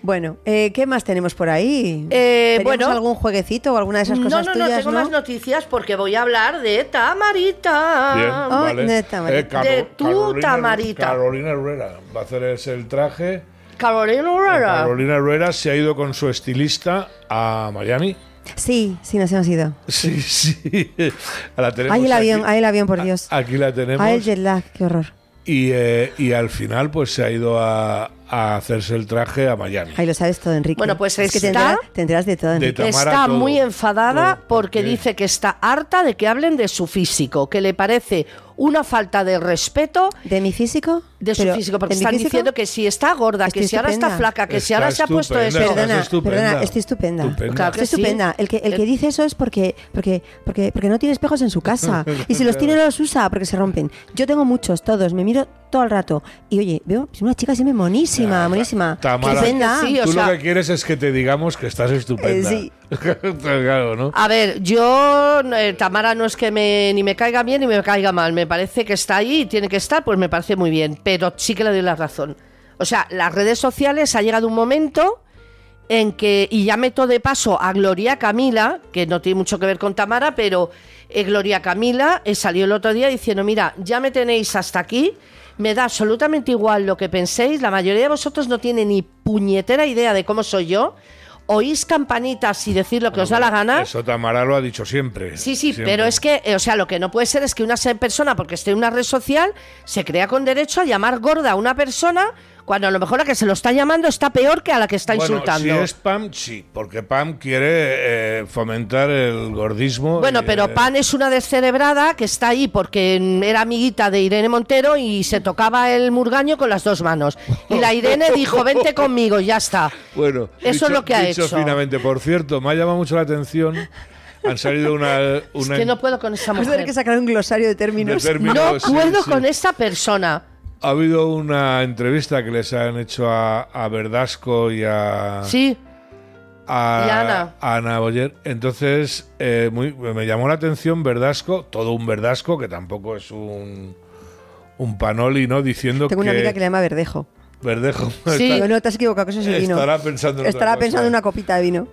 Speaker 3: Bueno, eh, ¿qué más tenemos por ahí?
Speaker 2: Eh,
Speaker 3: ¿Tenemos
Speaker 2: bueno.
Speaker 3: algún jueguecito o alguna de esas
Speaker 2: no,
Speaker 3: cosas
Speaker 2: no, no,
Speaker 3: tuyas,
Speaker 2: tengo más noticias porque voy a hablar de
Speaker 1: Bien,
Speaker 2: Tamarita.
Speaker 3: Ay,
Speaker 1: vale. Eh,
Speaker 3: de Tamarita.
Speaker 1: Caro-
Speaker 2: De tu
Speaker 1: Carolina-
Speaker 2: Tamarita.
Speaker 1: Carolina Herrera va a hacer ese el traje. Eh,
Speaker 2: Carolina Herrera.
Speaker 1: Carolina Herrera se ha ido con su estilista a Miami.
Speaker 3: Sí, sí, nos hemos ido.
Speaker 1: Sí, sí. La tenemos
Speaker 3: Ahí el
Speaker 1: aquí.
Speaker 3: avión, ahí el avión, por Dios.
Speaker 1: Aquí la tenemos.
Speaker 3: Ay, el jet lag, qué horror.
Speaker 1: Y, eh, y al final, pues se ha ido a, a hacerse el traje a Miami.
Speaker 3: Ahí lo sabes todo, Enrique.
Speaker 2: Bueno, pues
Speaker 3: es que te
Speaker 2: está-
Speaker 3: enteras, te enteras de todo, Enrique.
Speaker 1: Tamara
Speaker 2: está
Speaker 1: todo.
Speaker 2: muy enfadada
Speaker 1: Todo, ¿por
Speaker 2: porque
Speaker 1: qué?
Speaker 2: dice que está harta de que hablen de su físico, que le parece una falta de respeto
Speaker 3: ¿De mi físico?
Speaker 2: de su
Speaker 3: Pero,
Speaker 2: físico, porque
Speaker 3: ¿de mi
Speaker 2: están
Speaker 3: físico?
Speaker 2: diciendo que si está gorda, que
Speaker 3: Estoy
Speaker 2: si ahora está
Speaker 3: estupenda.
Speaker 2: flaca, que si
Speaker 1: Está
Speaker 2: ahora se ha puesto
Speaker 1: estupenda,
Speaker 2: eso.
Speaker 1: estás
Speaker 3: Perdona,
Speaker 1: estupenda.
Speaker 3: perdona, estoy estupenda.
Speaker 1: Estupenda.
Speaker 2: Claro que
Speaker 3: estoy
Speaker 2: sí.
Speaker 3: estupenda. El que, el que
Speaker 2: Eh,
Speaker 3: dice eso es porque, porque, porque, porque no tiene espejos en su casa. Y si los tiene no los usa porque se rompen. Yo tengo muchos, todos, me miro todo el rato. Y oye, veo es una chica siempre monísima, monísima.
Speaker 1: Tamara,
Speaker 3: Estupenda.
Speaker 2: Sí, o
Speaker 1: tú
Speaker 2: sea-
Speaker 1: lo que quieres es que te digamos que estás estupenda.
Speaker 3: Eh, sí.
Speaker 1: claro, ¿no?
Speaker 2: A ver, yo, eh, Tamara, no es que me, ni me caiga bien ni me caiga mal. Me parece que está ahí y tiene que estar, pues me parece muy bien. Pero sí que le doy la razón. O sea, las redes sociales ha llegado un momento en que, y ya meto de paso a Gloria Camila, que no tiene mucho que ver con Tamara, pero eh, Gloria Camila eh, salió el otro día diciendo, mira, ya me tenéis hasta aquí, me da absolutamente igual lo que penséis, la mayoría de vosotros no tiene ni puñetera idea de cómo soy yo, oís campanitas y decir lo que os da la gana.
Speaker 1: Eso Tamara lo ha dicho siempre.
Speaker 2: Sí, sí,
Speaker 1: Siempre.
Speaker 2: pero es que, eh, o sea, lo que no puede ser es que una se- persona, porque esté en una red social, se crea con derecho a llamar gorda a una persona cuando a lo mejor la que se lo está llamando está peor que a la que está
Speaker 1: Bueno,
Speaker 2: insultando.
Speaker 1: Si es Pam, sí, porque Pam quiere eh, fomentar el gordismo.
Speaker 2: Bueno,
Speaker 1: y, eh,
Speaker 2: pero Pan es una descerebrada que está ahí porque mm, era amiguita de Irene Montero y se tocaba el murgaño con las dos manos. Y la Irene dijo, vente conmigo, y ya está.
Speaker 1: Bueno,
Speaker 2: Eso es lo que ha
Speaker 1: dicho
Speaker 2: hecho.
Speaker 1: finamente, por cierto, me ha llamado mucho la atención. Han salido una.
Speaker 2: Es
Speaker 1: una
Speaker 2: que no puedo con esa
Speaker 3: Vamos a tener
Speaker 2: mujer.
Speaker 3: que sacar un glosario de términos.
Speaker 1: De términos.
Speaker 2: No
Speaker 1: Sí,
Speaker 2: puedo
Speaker 1: sí.
Speaker 2: con esta persona.
Speaker 1: Ha habido una entrevista que les han hecho a, a Verdasco y a.
Speaker 2: Sí.
Speaker 1: a
Speaker 2: y a Ana.
Speaker 1: a Ana Boyer. Entonces, eh, muy- me llamó la atención Verdasco, todo un Verdasco, que tampoco es un. un panoli, ¿no? Diciendo
Speaker 3: Tengo
Speaker 1: que.
Speaker 3: una amiga que le llama Verdejo.
Speaker 1: Verdejo.
Speaker 2: Sí.
Speaker 1: está-
Speaker 3: Digo, no, te has equivocado, que eso es el vino.
Speaker 1: Estará pensando en otra
Speaker 3: Estará
Speaker 1: cosa.
Speaker 3: pensando en una copita de vino.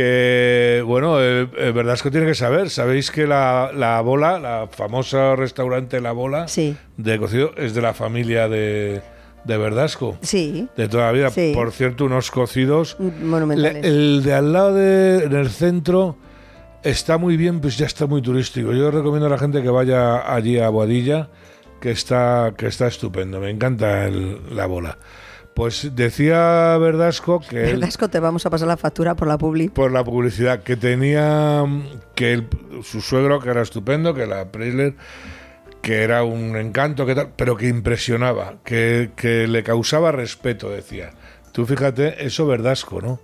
Speaker 1: Que, bueno, eh, eh, Verdasco tiene que saber. Sabéis que la, la bola, la famosa restaurante La Bola
Speaker 3: Sí.
Speaker 1: de cocido, es de la familia de, de Verdasco.
Speaker 3: Sí.
Speaker 1: De toda la vida.
Speaker 3: Sí.
Speaker 1: Por cierto, unos cocidos.
Speaker 3: Monumentales.
Speaker 1: Le- el de al lado de, en el centro está muy bien, pues ya está muy turístico. Yo recomiendo a la gente que vaya allí a Boadilla, que está, que está estupendo. Me encanta el- la bola. Pues decía Verdasco que. él-
Speaker 3: Verdasco, te vamos a pasar la factura por la publi.
Speaker 1: por la publicidad que tenía mm, que el- su suegro que era estupendo que la Preisler que era un encanto que tal pero que impresionaba que, que le causaba respeto decía Tú fíjate, eso verdasco, ¿no?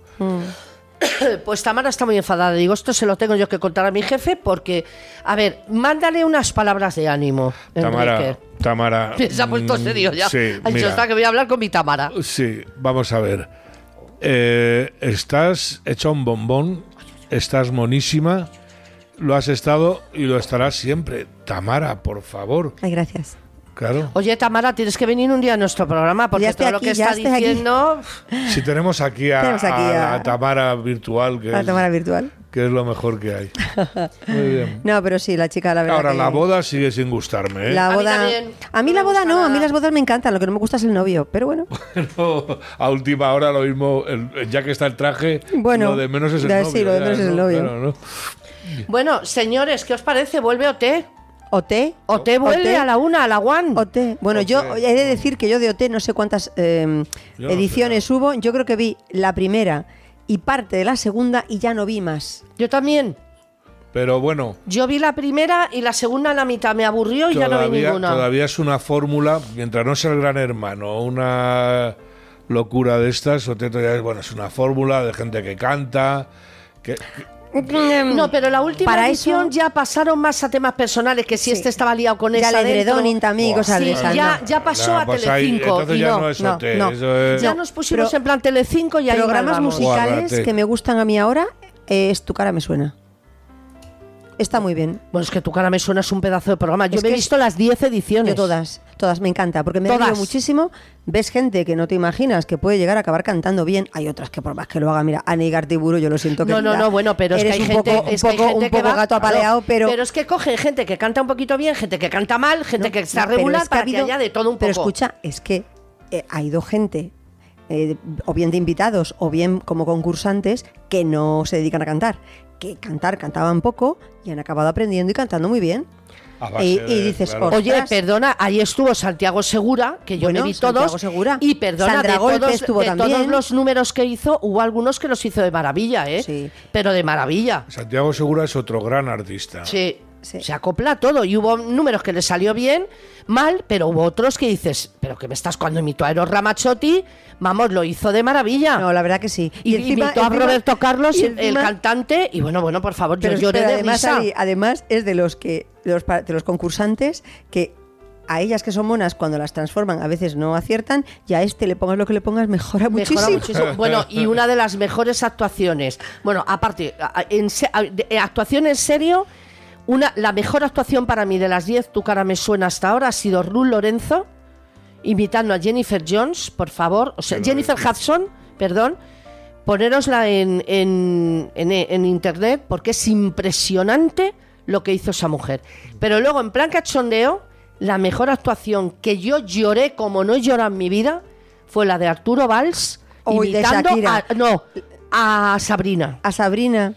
Speaker 2: Pues Tamara está muy enfadada. Digo, esto se lo tengo yo que contar a mi jefe porque, a ver, mándale unas palabras de ánimo.
Speaker 1: Tamara,
Speaker 2: Enrique.
Speaker 1: Tamara.
Speaker 2: Se ha puesto
Speaker 1: mm,
Speaker 2: serio ya.
Speaker 1: Sí,
Speaker 2: ha dicho,
Speaker 1: mira,
Speaker 2: está que voy a hablar con mi Tamara.
Speaker 1: sí, vamos a ver. Eh, estás hecha un bombón, estás monísima, lo has estado y lo estarás siempre. Tamara, por favor,
Speaker 3: Ay, gracias.
Speaker 1: claro.
Speaker 2: Oye, Tamara, tienes que venir un día a nuestro programa porque
Speaker 3: Ya estoy
Speaker 2: todo lo
Speaker 3: aquí,
Speaker 2: que
Speaker 3: ya
Speaker 2: está
Speaker 3: estoy aquí.
Speaker 2: diciendo.
Speaker 1: Si tenemos aquí a,
Speaker 3: Tenemos aquí
Speaker 1: a
Speaker 3: a-
Speaker 1: la Tamara virtual, que
Speaker 3: La
Speaker 1: es,
Speaker 3: cámara virtual.
Speaker 1: que es lo mejor que hay. Muy bien.
Speaker 3: No, pero sí, la chica, la verdad.
Speaker 1: Ahora,
Speaker 3: que-
Speaker 1: la boda sigue sin gustarme, ¿eh?
Speaker 3: La
Speaker 2: A mí
Speaker 3: boda.
Speaker 2: también.
Speaker 3: a mí
Speaker 2: No
Speaker 3: la
Speaker 2: me
Speaker 3: boda
Speaker 2: gusta
Speaker 3: no, a mí
Speaker 2: nada.
Speaker 3: las bodas me encantan, lo que no me gusta es el novio, pero bueno.
Speaker 1: Pero a última hora lo mismo, el- ya que está el traje,
Speaker 3: Bueno,
Speaker 1: lo de menos es el
Speaker 3: ya
Speaker 1: novio.
Speaker 3: sí, lo de
Speaker 1: ya,
Speaker 3: menos es el
Speaker 1: ¿no?
Speaker 3: novio.
Speaker 1: Claro, ¿no?
Speaker 2: Bueno, señores, ¿qué os parece? ¿Vuelve OT?
Speaker 3: ¿O té?
Speaker 2: OT vuelve
Speaker 3: OT.
Speaker 2: a la una, a la one.
Speaker 3: OT. Bueno, yo he de decir que yo de OT no sé cuántas eh,
Speaker 1: Yo no
Speaker 3: ediciones hubo. Yo creo que vi la primera y parte de la segunda y ya no vi más.
Speaker 2: Yo también.
Speaker 1: Pero bueno,
Speaker 2: Yo vi la primera y la segunda la mitad me aburrió y ya no vi
Speaker 1: todavía,
Speaker 2: ninguna.
Speaker 1: todavía es una fórmula, mientras no sea el gran hermano, una locura de estas, o te- todavía es- bueno, es una fórmula de gente que canta, que, que-
Speaker 2: No, pero la última
Speaker 3: Para
Speaker 2: edición
Speaker 3: eso-
Speaker 2: ya pasaron más a temas personales, que si este estaba liado con
Speaker 3: Ya
Speaker 2: esa
Speaker 3: la de
Speaker 2: dentro.
Speaker 3: Dredonin también, y
Speaker 1: Buah.
Speaker 3: cosas
Speaker 2: Sí,
Speaker 3: de esas,
Speaker 2: ya,
Speaker 3: ¿no?
Speaker 2: ya pasó
Speaker 1: Nah,
Speaker 2: a
Speaker 1: pues ahí-
Speaker 2: Telecinco.
Speaker 1: entonces
Speaker 2: y
Speaker 1: ya
Speaker 2: no.
Speaker 1: no, es
Speaker 3: no,
Speaker 1: hotel,
Speaker 3: Eh, no.
Speaker 1: eso es-
Speaker 2: Ya nos pusimos
Speaker 3: Pero-
Speaker 2: en plan Telecinco y ahí
Speaker 3: Programas
Speaker 2: mal vamos.
Speaker 3: musicales
Speaker 1: Guárdate.
Speaker 3: que me gustan a mí ahora eh, es Tu cara me suena. Está muy bien.
Speaker 2: Bueno, es que tu cara me suena es un pedazo de programa. Yo
Speaker 3: Es
Speaker 2: me he
Speaker 3: que-
Speaker 2: visto las 10 ediciones.
Speaker 3: Yo todas, todas me encanta, porque me
Speaker 2: Todas.
Speaker 3: río muchísimo. Ves gente que no te imaginas que puede llegar a acabar cantando bien. Hay otras que por más que lo haga, mira, Ani Gartiburu, yo lo siento que
Speaker 2: No, no, no, bueno, pero es que
Speaker 3: eres
Speaker 2: hay
Speaker 3: un
Speaker 2: gente,
Speaker 3: poco, un
Speaker 2: es que hay
Speaker 3: poco,
Speaker 2: gente
Speaker 3: un
Speaker 2: que
Speaker 3: poco
Speaker 2: va-
Speaker 3: gato
Speaker 2: claro,
Speaker 3: apaleado, pero,
Speaker 2: es que cogen gente que canta un poquito bien, gente que canta mal, gente que está
Speaker 3: no, pero
Speaker 2: regular,
Speaker 3: es ha
Speaker 2: para
Speaker 3: habido-
Speaker 2: que haya de todo un poco.
Speaker 3: Pero escucha, es que eh, ha ido gente, eh, o bien de invitados, o bien como concursantes, que no se dedican a cantar. Que cantar, cantaban poco y han acabado aprendiendo y cantando muy bien.
Speaker 1: A base
Speaker 3: Y, y
Speaker 1: de-
Speaker 3: dices,
Speaker 1: claro.
Speaker 3: ostras,
Speaker 2: Oye, perdona, ahí estuvo Santiago Segura, que yo
Speaker 3: Bueno,
Speaker 2: le vi
Speaker 3: Santiago
Speaker 2: todos.
Speaker 3: Segura.
Speaker 2: Y perdona,
Speaker 3: Sandra
Speaker 2: de,
Speaker 3: Golpe
Speaker 2: todos,
Speaker 3: estuvo
Speaker 2: de
Speaker 3: también.
Speaker 2: todos los números que hizo, hubo algunos que los hizo de maravilla, ¿eh?
Speaker 3: Sí.
Speaker 2: Pero de maravilla.
Speaker 1: Santiago Segura es otro gran artista.
Speaker 2: Sí.
Speaker 3: Sí.
Speaker 2: Se acopla a todo y hubo números que le salió bien, mal, pero hubo otros que dices, pero que me estás cuando imitó a Eros Ramazzotti, vamos, lo hizo de maravilla.
Speaker 3: No, la verdad que sí.
Speaker 2: Ah. y imitó a
Speaker 3: encima-
Speaker 2: Roberto Carlos,
Speaker 3: y
Speaker 2: el- el
Speaker 3: encima-
Speaker 2: cantante, y bueno, bueno, por favor,
Speaker 3: Pero
Speaker 2: yo lloré
Speaker 3: espera,
Speaker 2: de
Speaker 3: además,
Speaker 2: risa.
Speaker 3: Ari, además es de los que de los, pa- de los concursantes que a ellas que son monas cuando las transforman a veces no aciertan y a este le pongas lo que le pongas mejora,
Speaker 2: Mejora
Speaker 3: muchísimo.
Speaker 2: muchísimo. Bueno, y una de las mejores actuaciones. Bueno, aparte, a- a- en se- a- de- eh, actuación en serio, una, la mejor actuación para mí de las 10, tu cara me suena hasta ahora, ha sido Ru Lorenzo, imitando a Jennifer Jones, por favor. O sea, Jennifer Hudson, perdón. Ponerosla en, en- en- en internet porque es impresionante lo que hizo esa mujer. Pero luego, en plan cachondeo, la mejor actuación que yo lloré como no he llorado en mi vida fue la de Arturo Valls
Speaker 3: Uy, de
Speaker 2: imitando
Speaker 3: Shakira.
Speaker 2: a, no, a Sabrina.
Speaker 3: A Sabrina.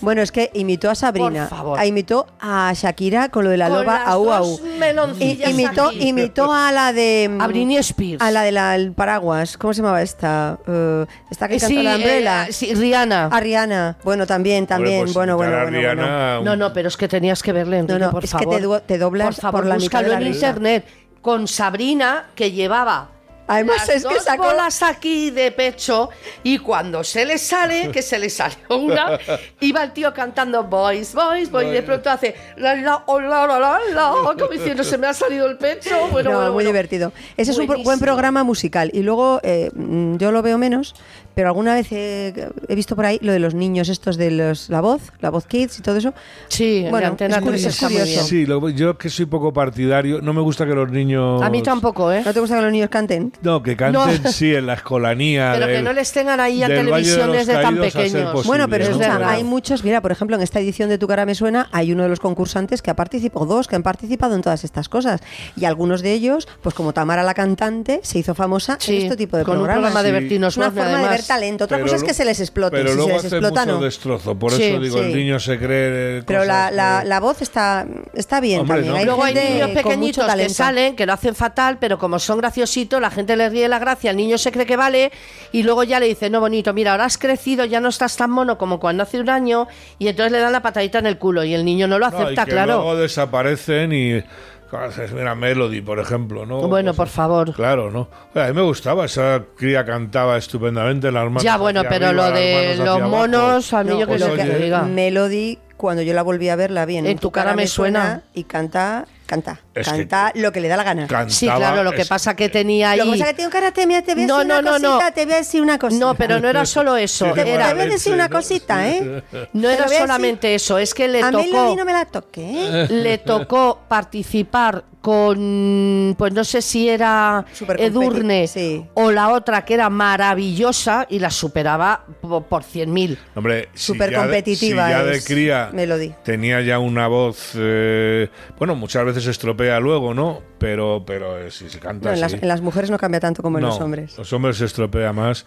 Speaker 3: Bueno, es que imitó a Sabrina.
Speaker 2: Por favor.
Speaker 3: A- Imitó a Shakira con lo de la
Speaker 2: Con
Speaker 3: loba
Speaker 2: las
Speaker 3: au
Speaker 2: dos
Speaker 3: au.
Speaker 2: meloncillas
Speaker 3: I- imitó,
Speaker 2: aquí.
Speaker 3: imitó a la de. mm,
Speaker 2: A Britney Spears.
Speaker 3: A la del paraguas. ¿Cómo se llamaba esta? Eh, esta que
Speaker 2: Eh,
Speaker 3: canta
Speaker 2: sí,
Speaker 3: la
Speaker 2: eh,
Speaker 3: umbrella.
Speaker 2: sí, Rihanna.
Speaker 3: A Rihanna. Bueno, también, también.
Speaker 1: Hombre, pues
Speaker 3: bueno, bueno,
Speaker 1: imitar a
Speaker 3: bueno, bueno.
Speaker 1: Rihanna,
Speaker 2: No, no, pero es que tenías que verle, Enrique,
Speaker 3: No, no,
Speaker 2: por
Speaker 3: es que te
Speaker 2: favor.
Speaker 3: du- te doblas
Speaker 2: por, favor,
Speaker 3: por la mitad
Speaker 2: búscalo
Speaker 3: de la
Speaker 2: en
Speaker 3: risa.
Speaker 2: internet. Con Sabrina, que llevaba
Speaker 3: Además,
Speaker 2: las
Speaker 3: es que
Speaker 2: dos
Speaker 3: sacó-
Speaker 2: bolas aquí de pecho y cuando se le sale, que se le salió una, iba el tío cantando boys, boys, boys, y de pronto hace la, la, oh, la, la, la, la, como diciendo se me ha salido el pecho. Bueno,
Speaker 3: no,
Speaker 2: bueno,
Speaker 3: muy
Speaker 2: bueno.
Speaker 3: divertido. Ese es un pro- buen
Speaker 2: Buenísimo.
Speaker 3: programa musical. Y luego, eh, mm, yo lo veo menos, pero alguna vez he, he visto por ahí lo de los niños estos de los, la voz, la voz kids y todo eso.
Speaker 2: Sí, en
Speaker 3: Bueno,
Speaker 2: Antena
Speaker 3: es curioso,
Speaker 2: tres
Speaker 3: es
Speaker 2: está muy
Speaker 3: curioso.
Speaker 2: bien.
Speaker 1: Sí, lo- yo que soy poco partidario, no me gusta que los niños...
Speaker 2: A mí tampoco, ¿eh?
Speaker 3: ¿No te gusta que los niños canten?
Speaker 1: No, que canten sí en la escolanía.
Speaker 2: Pero que
Speaker 1: del-
Speaker 2: no les tengan ahí a
Speaker 1: del Valle
Speaker 2: televisiones
Speaker 1: los
Speaker 2: de tan
Speaker 1: Caídos a ser
Speaker 2: pequeños.
Speaker 1: posible,
Speaker 3: Bueno, pero
Speaker 2: ¿no?
Speaker 3: escucha,
Speaker 2: Es verdad.
Speaker 3: hay muchos. Mira, por ejemplo, en esta edición de Tu cara me suena, hay uno de los concursantes que ha participado, dos que han participado en todas estas cosas. Y algunos de ellos, pues como Tamara la cantante, se hizo famosa
Speaker 2: Sí,
Speaker 3: en este tipo de
Speaker 2: con un
Speaker 3: programas.
Speaker 2: programa de Bertino
Speaker 3: Es una
Speaker 2: Osborne,
Speaker 3: forma de ver
Speaker 2: además.
Speaker 3: talento. Otra
Speaker 1: Pero
Speaker 3: cosa es
Speaker 1: lu-
Speaker 3: que se les explote.
Speaker 1: Pero
Speaker 3: si
Speaker 1: luego
Speaker 3: se les
Speaker 1: hace
Speaker 3: explota,
Speaker 1: mucho
Speaker 3: no.
Speaker 1: destrozo. Por
Speaker 2: Sí,
Speaker 1: eso digo,
Speaker 3: sí.
Speaker 1: el niño se cree. eh,
Speaker 3: Pero la,
Speaker 1: cosas
Speaker 3: la,
Speaker 1: que-
Speaker 3: la voz está, está bien
Speaker 1: Hombre,
Speaker 3: también.
Speaker 1: no,
Speaker 3: Hay
Speaker 1: pero
Speaker 2: Luego hay
Speaker 3: gente
Speaker 2: niños
Speaker 3: con mucho
Speaker 2: pequeñitos que
Speaker 3: talento.
Speaker 2: salen, que lo hacen fatal, pero como son graciositos, la gente gente le ríe la gracia, el niño se cree que vale y luego ya le dice, no, bonito, mira, ahora has crecido, ya no estás tan mono como cuando hace un año y entonces le dan la patadita en el culo y el niño no lo
Speaker 1: No, y
Speaker 2: acepta,
Speaker 1: que
Speaker 2: claro.
Speaker 1: Luego desaparecen y. claro, es- Mira, Melody, por ejemplo, ¿no? Pues,
Speaker 2: Bueno, por favor.
Speaker 1: Claro, ¿no? Oye, a mí me gustaba, esa cría cantaba estupendamente, las manos
Speaker 2: Ya, bueno,
Speaker 1: hacia
Speaker 2: pero
Speaker 1: arriba,
Speaker 2: lo
Speaker 1: las
Speaker 2: de
Speaker 1: manos hacia
Speaker 2: los
Speaker 1: abajo.
Speaker 2: monos, a mí
Speaker 3: No,
Speaker 2: yo qué
Speaker 1: pues
Speaker 2: sé que
Speaker 1: oye.
Speaker 2: te diga.
Speaker 3: Melody, cuando yo la volví a ver, la vi en,
Speaker 2: En tu cara me suena.
Speaker 3: y canta, canta,
Speaker 1: Es que-
Speaker 3: canta lo que le da la gana.
Speaker 1: Cantaba,
Speaker 2: Sí, claro, lo que
Speaker 1: es-
Speaker 2: pasa que tenía ahí...
Speaker 3: Lo que pasa es que tengo karate, mira, te voy a
Speaker 2: No,
Speaker 3: decir
Speaker 2: no,
Speaker 3: una
Speaker 2: no, no.
Speaker 3: cosita, te voy a decir una cosita.
Speaker 2: No, pero no era solo eso,
Speaker 1: Sí,
Speaker 3: Te
Speaker 2: era...
Speaker 3: voy a decir
Speaker 1: Sí,
Speaker 3: una
Speaker 1: no,
Speaker 3: cosita,
Speaker 1: sí,
Speaker 3: ¿eh?
Speaker 2: No
Speaker 3: Te
Speaker 2: era
Speaker 3: lo voy a
Speaker 2: solamente eso, es que le
Speaker 3: a
Speaker 2: tocó...
Speaker 3: Melody no me la toque, ¿eh?
Speaker 2: le tocó participar con, pues no sé si era
Speaker 3: Supercompeti-
Speaker 2: Edurne
Speaker 3: sí.
Speaker 2: o la otra que era maravillosa y la superaba po- por 100.000.
Speaker 1: Hombre,
Speaker 3: Súper competitiva
Speaker 1: Si ya de
Speaker 3: es
Speaker 1: cría
Speaker 3: Melody.
Speaker 1: tenía ya una voz. eh, bueno, muchas veces se estropea luego, ¿no? Pero, pero eh, si se canta.
Speaker 3: No, en, las,
Speaker 1: sí.
Speaker 3: en las mujeres no cambia tanto como en
Speaker 1: No,
Speaker 3: los hombres.
Speaker 1: Los hombres se estropea más,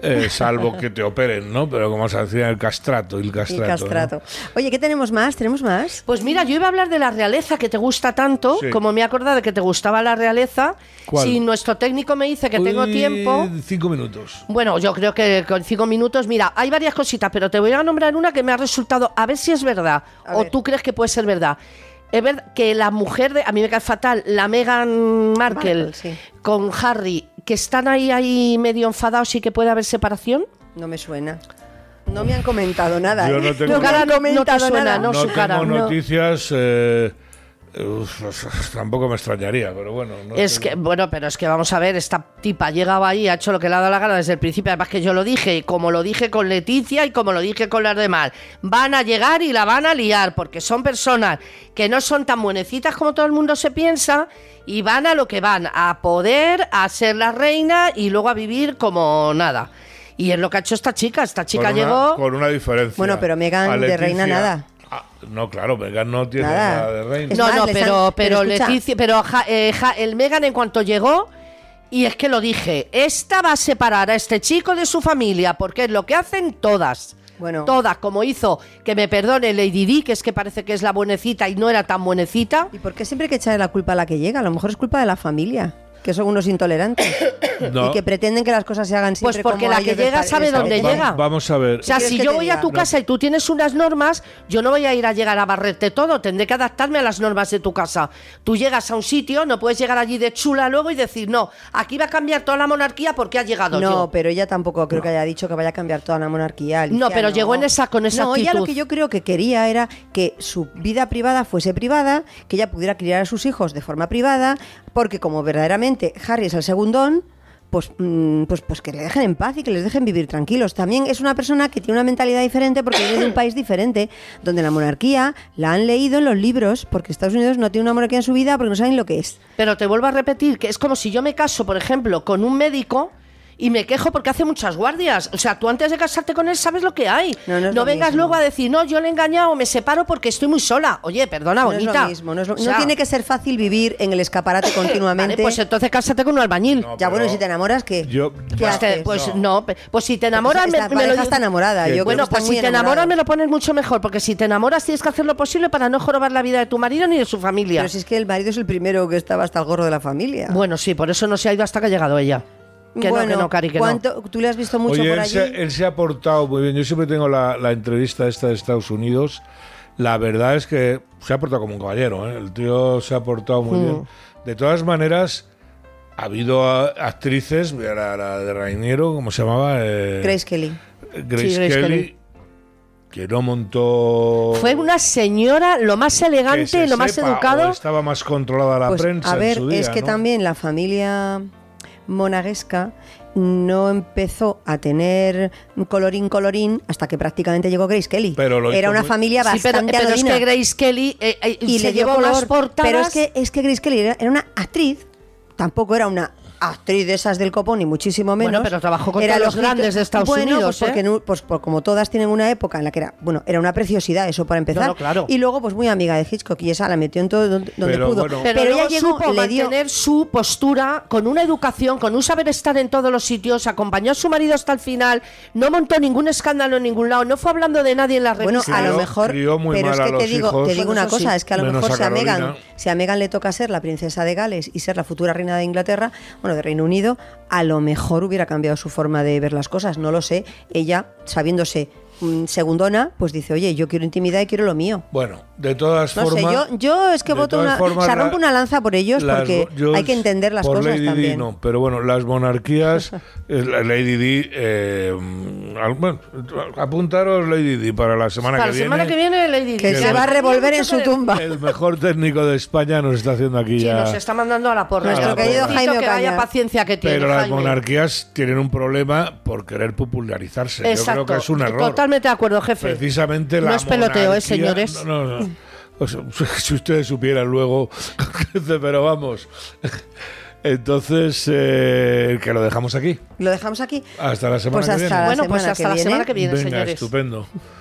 Speaker 1: eh, salvo que te operen, ¿no? Pero como se decía, el castrato. El
Speaker 3: Y
Speaker 1: castrato. ¿no?
Speaker 3: castrato. Oye, ¿qué tenemos más? ¿Tenemos más?
Speaker 2: Pues mira, yo iba a hablar de la realeza que te gusta tanto,
Speaker 1: Sí.
Speaker 2: como me he acordado de que te gustaba la realeza.
Speaker 1: ¿Cuál?
Speaker 2: Si nuestro técnico me dice que tengo
Speaker 1: Uy,
Speaker 2: tiempo.
Speaker 1: Cinco minutos.
Speaker 2: Bueno, yo creo que con cinco minutos, mira, hay varias cositas, pero te voy a nombrar una que me ha resultado, a ver si es verdad,
Speaker 3: A
Speaker 2: o
Speaker 3: ver.
Speaker 2: tú crees que puede ser verdad. Es verdad que la mujer de, a mí me cae fatal, la Meghan Markle,
Speaker 3: Markle, sí.
Speaker 2: con Harry, que están ahí, ahí medio enfadados y que puede haber separación.
Speaker 3: No me suena. No me han comentado nada.
Speaker 1: Yo
Speaker 3: ¿eh?
Speaker 1: no tengo-
Speaker 3: me
Speaker 1: Cara,
Speaker 3: han
Speaker 2: no- no te
Speaker 3: comentado
Speaker 2: suena,
Speaker 3: nada.
Speaker 2: no,
Speaker 1: No
Speaker 2: su
Speaker 1: tengo
Speaker 2: cara, no.
Speaker 1: noticias. eh, uf, pues, tampoco me extrañaría, pero bueno. no
Speaker 2: es
Speaker 1: tengo-
Speaker 2: que, bueno, pero es que vamos a ver, esta tipa ha llegado ahí, ha hecho lo que le ha dado la gana desde el principio, además que yo lo dije, y como lo dije con Leticia y como lo dije con las demás, van a llegar y la van a liar, porque son personas que no son tan buenecitas como todo el mundo se piensa, y van a lo que van, a poder, a ser la reina y luego a vivir como nada. Y es lo que ha hecho esta chica, esta chica
Speaker 1: con una-
Speaker 2: llegó...
Speaker 1: con una diferencia.
Speaker 3: Bueno, pero Meghan
Speaker 1: A
Speaker 3: de reina nada.
Speaker 1: Ah, no, claro, Megan no tiene nada,
Speaker 3: Nada.
Speaker 1: de reina.
Speaker 3: Es
Speaker 2: no,
Speaker 3: más,
Speaker 2: no,
Speaker 3: les
Speaker 2: pero,
Speaker 3: han-
Speaker 2: pero,
Speaker 3: pero escucha.
Speaker 2: Leticia, pero ja- eh, ja- el Megan en cuanto llegó, y es que lo dije, esta va a separar a este chico de su familia, porque es lo que hacen todas.
Speaker 3: Bueno.
Speaker 2: Todas, como hizo, que me perdone Lady Di, que es que parece que es la buenecita y no era tan buenecita.
Speaker 3: ¿Y por qué siempre hay que echarle la culpa a la que llega? A lo mejor es culpa de la familia, que son unos intolerantes
Speaker 1: No.
Speaker 3: y que pretenden que las cosas se hagan
Speaker 2: Pues
Speaker 3: siempre
Speaker 2: porque
Speaker 3: como
Speaker 2: la
Speaker 3: a
Speaker 2: que
Speaker 3: ellos les
Speaker 2: llega
Speaker 3: pare-
Speaker 2: sabe
Speaker 3: les
Speaker 1: Va-
Speaker 2: dónde
Speaker 3: parece.
Speaker 1: va-
Speaker 2: llega.
Speaker 1: Vamos a ver.
Speaker 2: O sea,
Speaker 3: ¿Quieres
Speaker 2: si
Speaker 3: que
Speaker 2: yo
Speaker 3: te
Speaker 2: voy a
Speaker 3: diga?
Speaker 2: tu
Speaker 3: No.
Speaker 2: casa y tú tienes unas normas, yo no voy a ir a llegar a barrerte todo, tendré que adaptarme a las normas de tu casa. Tú llegas a un sitio, no puedes llegar allí de chula luego y decir, no, aquí va a cambiar toda la monarquía porque ha llegado yo.
Speaker 3: No, pero ella tampoco creo que haya dicho que vaya a cambiar toda la monarquía. Alicia,
Speaker 2: No, pero llegó en esa- con esa
Speaker 3: No, ella lo
Speaker 2: actitud.
Speaker 3: que yo creo que quería era que su vida privada fuese privada, que ella pudiera criar a sus hijos de forma privada, porque como verdaderamente Harry es el segundón, pues, mm, pues, pues que le dejen en paz y que les dejen vivir tranquilos. También es una persona que tiene una mentalidad diferente porque viene de un país diferente, donde la monarquía la han leído en los libros, porque Estados Unidos no tiene una monarquía en su vida porque no saben lo que es.
Speaker 2: Pero te vuelvo a repetir que es como si yo me caso, por ejemplo, con un médico y me quejo porque hace muchas guardias. O sea, tú antes de casarte con él sabes lo que hay.
Speaker 3: No, no es lo
Speaker 2: vengas
Speaker 3: mismo.
Speaker 2: luego a decir, no, yo le he engañado, me separo porque estoy muy sola. Oye, perdona,
Speaker 3: No es
Speaker 2: Ah, bonita.
Speaker 3: lo mismo, no, es lo-
Speaker 2: O
Speaker 3: no
Speaker 2: sea,
Speaker 3: tiene que ser fácil vivir en el escaparate
Speaker 2: Vale,
Speaker 3: continuamente.
Speaker 2: pues entonces cásate con un albañil.
Speaker 1: No,
Speaker 3: Ya bueno,
Speaker 1: pero-
Speaker 3: ¿y si te enamoras qué?
Speaker 1: Yo-
Speaker 3: ¿Qué
Speaker 1: Pues
Speaker 2: Pues, te-
Speaker 3: haces?
Speaker 2: pues
Speaker 1: No.
Speaker 2: no. pe- pues si te enamoras,
Speaker 3: Esta
Speaker 2: me, me
Speaker 3: pareja
Speaker 2: lo
Speaker 3: está enamorada, yo creo
Speaker 2: Bueno,
Speaker 3: que están
Speaker 2: pues
Speaker 3: muy
Speaker 2: si te enamoras
Speaker 3: enamorados.
Speaker 2: me lo pones mucho mejor, porque si te enamoras tienes que hacer lo posible para no jorobar la vida de tu marido ni de su familia.
Speaker 3: Pero si es que el marido es el primero que estaba hasta el gorro de la familia.
Speaker 2: Bueno, sí, por eso no se ha ido hasta que ha llegado ella. Que no,
Speaker 3: Bueno,
Speaker 2: que no, Cari, que no.
Speaker 3: ¿cuánto- ¿Tú le has visto mucho
Speaker 1: Oye, él,
Speaker 3: por allí?
Speaker 1: Se, él se ha portado muy bien. Yo siempre tengo la, la entrevista esta de Estados Unidos. La verdad es que se ha portado como un caballero. ¿eh? El tío se ha portado
Speaker 3: Hmm.
Speaker 1: muy bien. De todas maneras, ha habido a- actrices, mira, la, la de Rainiero, ¿cómo se llamaba? Eh,
Speaker 3: Grace Kelly.
Speaker 1: Grace
Speaker 2: Sí, Grace
Speaker 1: Kelly,
Speaker 2: Kelly.
Speaker 1: que no montó...
Speaker 2: Fue una señora lo más
Speaker 1: que se
Speaker 2: elegante, lo más
Speaker 1: sepa, o
Speaker 2: educado.
Speaker 1: Estaba más controlada la
Speaker 3: Pues,
Speaker 1: prensa.
Speaker 3: a
Speaker 1: en
Speaker 3: ver,
Speaker 1: su día,
Speaker 3: es que
Speaker 1: ¿no?
Speaker 3: también la familia monaguesca no empezó a tener colorín colorín hasta que prácticamente llegó Grace Kelly.
Speaker 1: Pero lo hizo
Speaker 3: Era una
Speaker 1: muy-
Speaker 3: familia
Speaker 2: Sí, pero,
Speaker 3: bastante
Speaker 2: pero es
Speaker 3: anodina.
Speaker 2: que Grace Kelly eh, eh,
Speaker 3: y
Speaker 2: se
Speaker 3: le dio
Speaker 2: llevó
Speaker 3: color.
Speaker 2: las portadas.
Speaker 3: Pero es que, es que Grace Kelly era, era una actriz, tampoco era una actriz de esas del copón, ni muchísimo menos.
Speaker 2: Bueno, pero trabajó con todos los
Speaker 3: ojito-
Speaker 2: grandes de Estados
Speaker 3: Bueno,
Speaker 2: Unidos,
Speaker 3: Pues, porque
Speaker 2: ¿eh?
Speaker 3: nu- pues por- como todas tienen una época en la que era, bueno, era una preciosidad eso para empezar.
Speaker 2: no, claro.
Speaker 3: Y luego, pues muy amiga de Hitchcock y esa la metió en todo donde, donde
Speaker 1: Pero
Speaker 3: pudo.
Speaker 1: bueno.
Speaker 2: Pero,
Speaker 3: ella
Speaker 2: luego
Speaker 3: llegó,
Speaker 2: supo
Speaker 3: le dio.
Speaker 2: mantener su postura con una educación, con un saber estar en todos los sitios, acompañó a su marido hasta el final, no montó ningún escándalo en ningún lado, no fue hablando de nadie en la
Speaker 3: Bueno,
Speaker 2: revistas.
Speaker 3: a lo
Speaker 1: Crió-
Speaker 3: mejor,
Speaker 1: crió muy
Speaker 3: pero es
Speaker 1: mal a
Speaker 3: que te
Speaker 1: los
Speaker 3: digo,
Speaker 1: hijos.
Speaker 3: te digo una
Speaker 2: Eso sí.
Speaker 3: cosa, es que a lo
Speaker 1: Menos
Speaker 3: mejor
Speaker 1: a
Speaker 3: si a, Megan,
Speaker 1: Carolina.
Speaker 3: si a Megan le toca ser la princesa de Gales y ser la futura reina de Inglaterra, bueno, bueno, de Reino Unido, a lo mejor hubiera cambiado su forma de ver las cosas, no lo sé. Ella, sabiéndose mm, segundona, pues dice, oye, yo quiero intimidad y quiero lo mío.
Speaker 1: Bueno, de todas
Speaker 3: No
Speaker 1: formas.
Speaker 3: sé, yo, yo es que
Speaker 1: de
Speaker 3: voto
Speaker 1: todas
Speaker 3: una...
Speaker 1: formas,
Speaker 3: se rompe
Speaker 1: la-
Speaker 3: una lanza por ellos
Speaker 1: las
Speaker 3: porque
Speaker 1: mo- yo
Speaker 3: hay que entender las
Speaker 1: por
Speaker 3: cosas
Speaker 1: Lady Di
Speaker 3: también.
Speaker 1: no, pero bueno, las monarquías, eh, la Lady Di, eh, mm, al- bueno, apuntaros Lady Di para la semana
Speaker 2: Para
Speaker 1: que
Speaker 2: la
Speaker 1: viene.
Speaker 2: semana que viene, Lady
Speaker 3: Que
Speaker 2: Di.
Speaker 1: se
Speaker 2: Ya
Speaker 1: va a
Speaker 2: nos
Speaker 3: revolver
Speaker 2: tiene
Speaker 3: en
Speaker 2: mucho
Speaker 3: su
Speaker 2: que-
Speaker 3: tumba.
Speaker 1: El mejor técnico de España nos está haciendo aquí
Speaker 2: Sí,
Speaker 1: ya.
Speaker 2: nos está mandando a la porra.
Speaker 1: Nuestro
Speaker 2: Ya.
Speaker 1: querido
Speaker 2: Pobrecito,
Speaker 3: Jaime
Speaker 2: Que vaya
Speaker 3: Ocaña.
Speaker 2: paciencia que tiene.
Speaker 1: Pero las
Speaker 2: Jaime.
Speaker 1: monarquías tienen un problema por querer popularizarse.
Speaker 2: Exacto.
Speaker 1: Yo creo que es un error.
Speaker 2: Totalmente de acuerdo, jefe.
Speaker 1: Precisamente la
Speaker 2: No es peloteo, ¿eh,
Speaker 1: monarquía-
Speaker 2: señores?
Speaker 1: No, no, no. O sea, si ustedes supieran luego, pero vamos. Entonces, eh, que lo dejamos aquí.
Speaker 3: Lo dejamos aquí.
Speaker 1: Hasta la semana
Speaker 3: Pues
Speaker 1: que
Speaker 3: hasta
Speaker 1: viene.
Speaker 2: Bueno, pues
Speaker 3: semana
Speaker 2: hasta
Speaker 3: que
Speaker 2: la
Speaker 3: viene.
Speaker 2: semana que viene,
Speaker 1: Venga,
Speaker 2: señores.
Speaker 1: estupendo.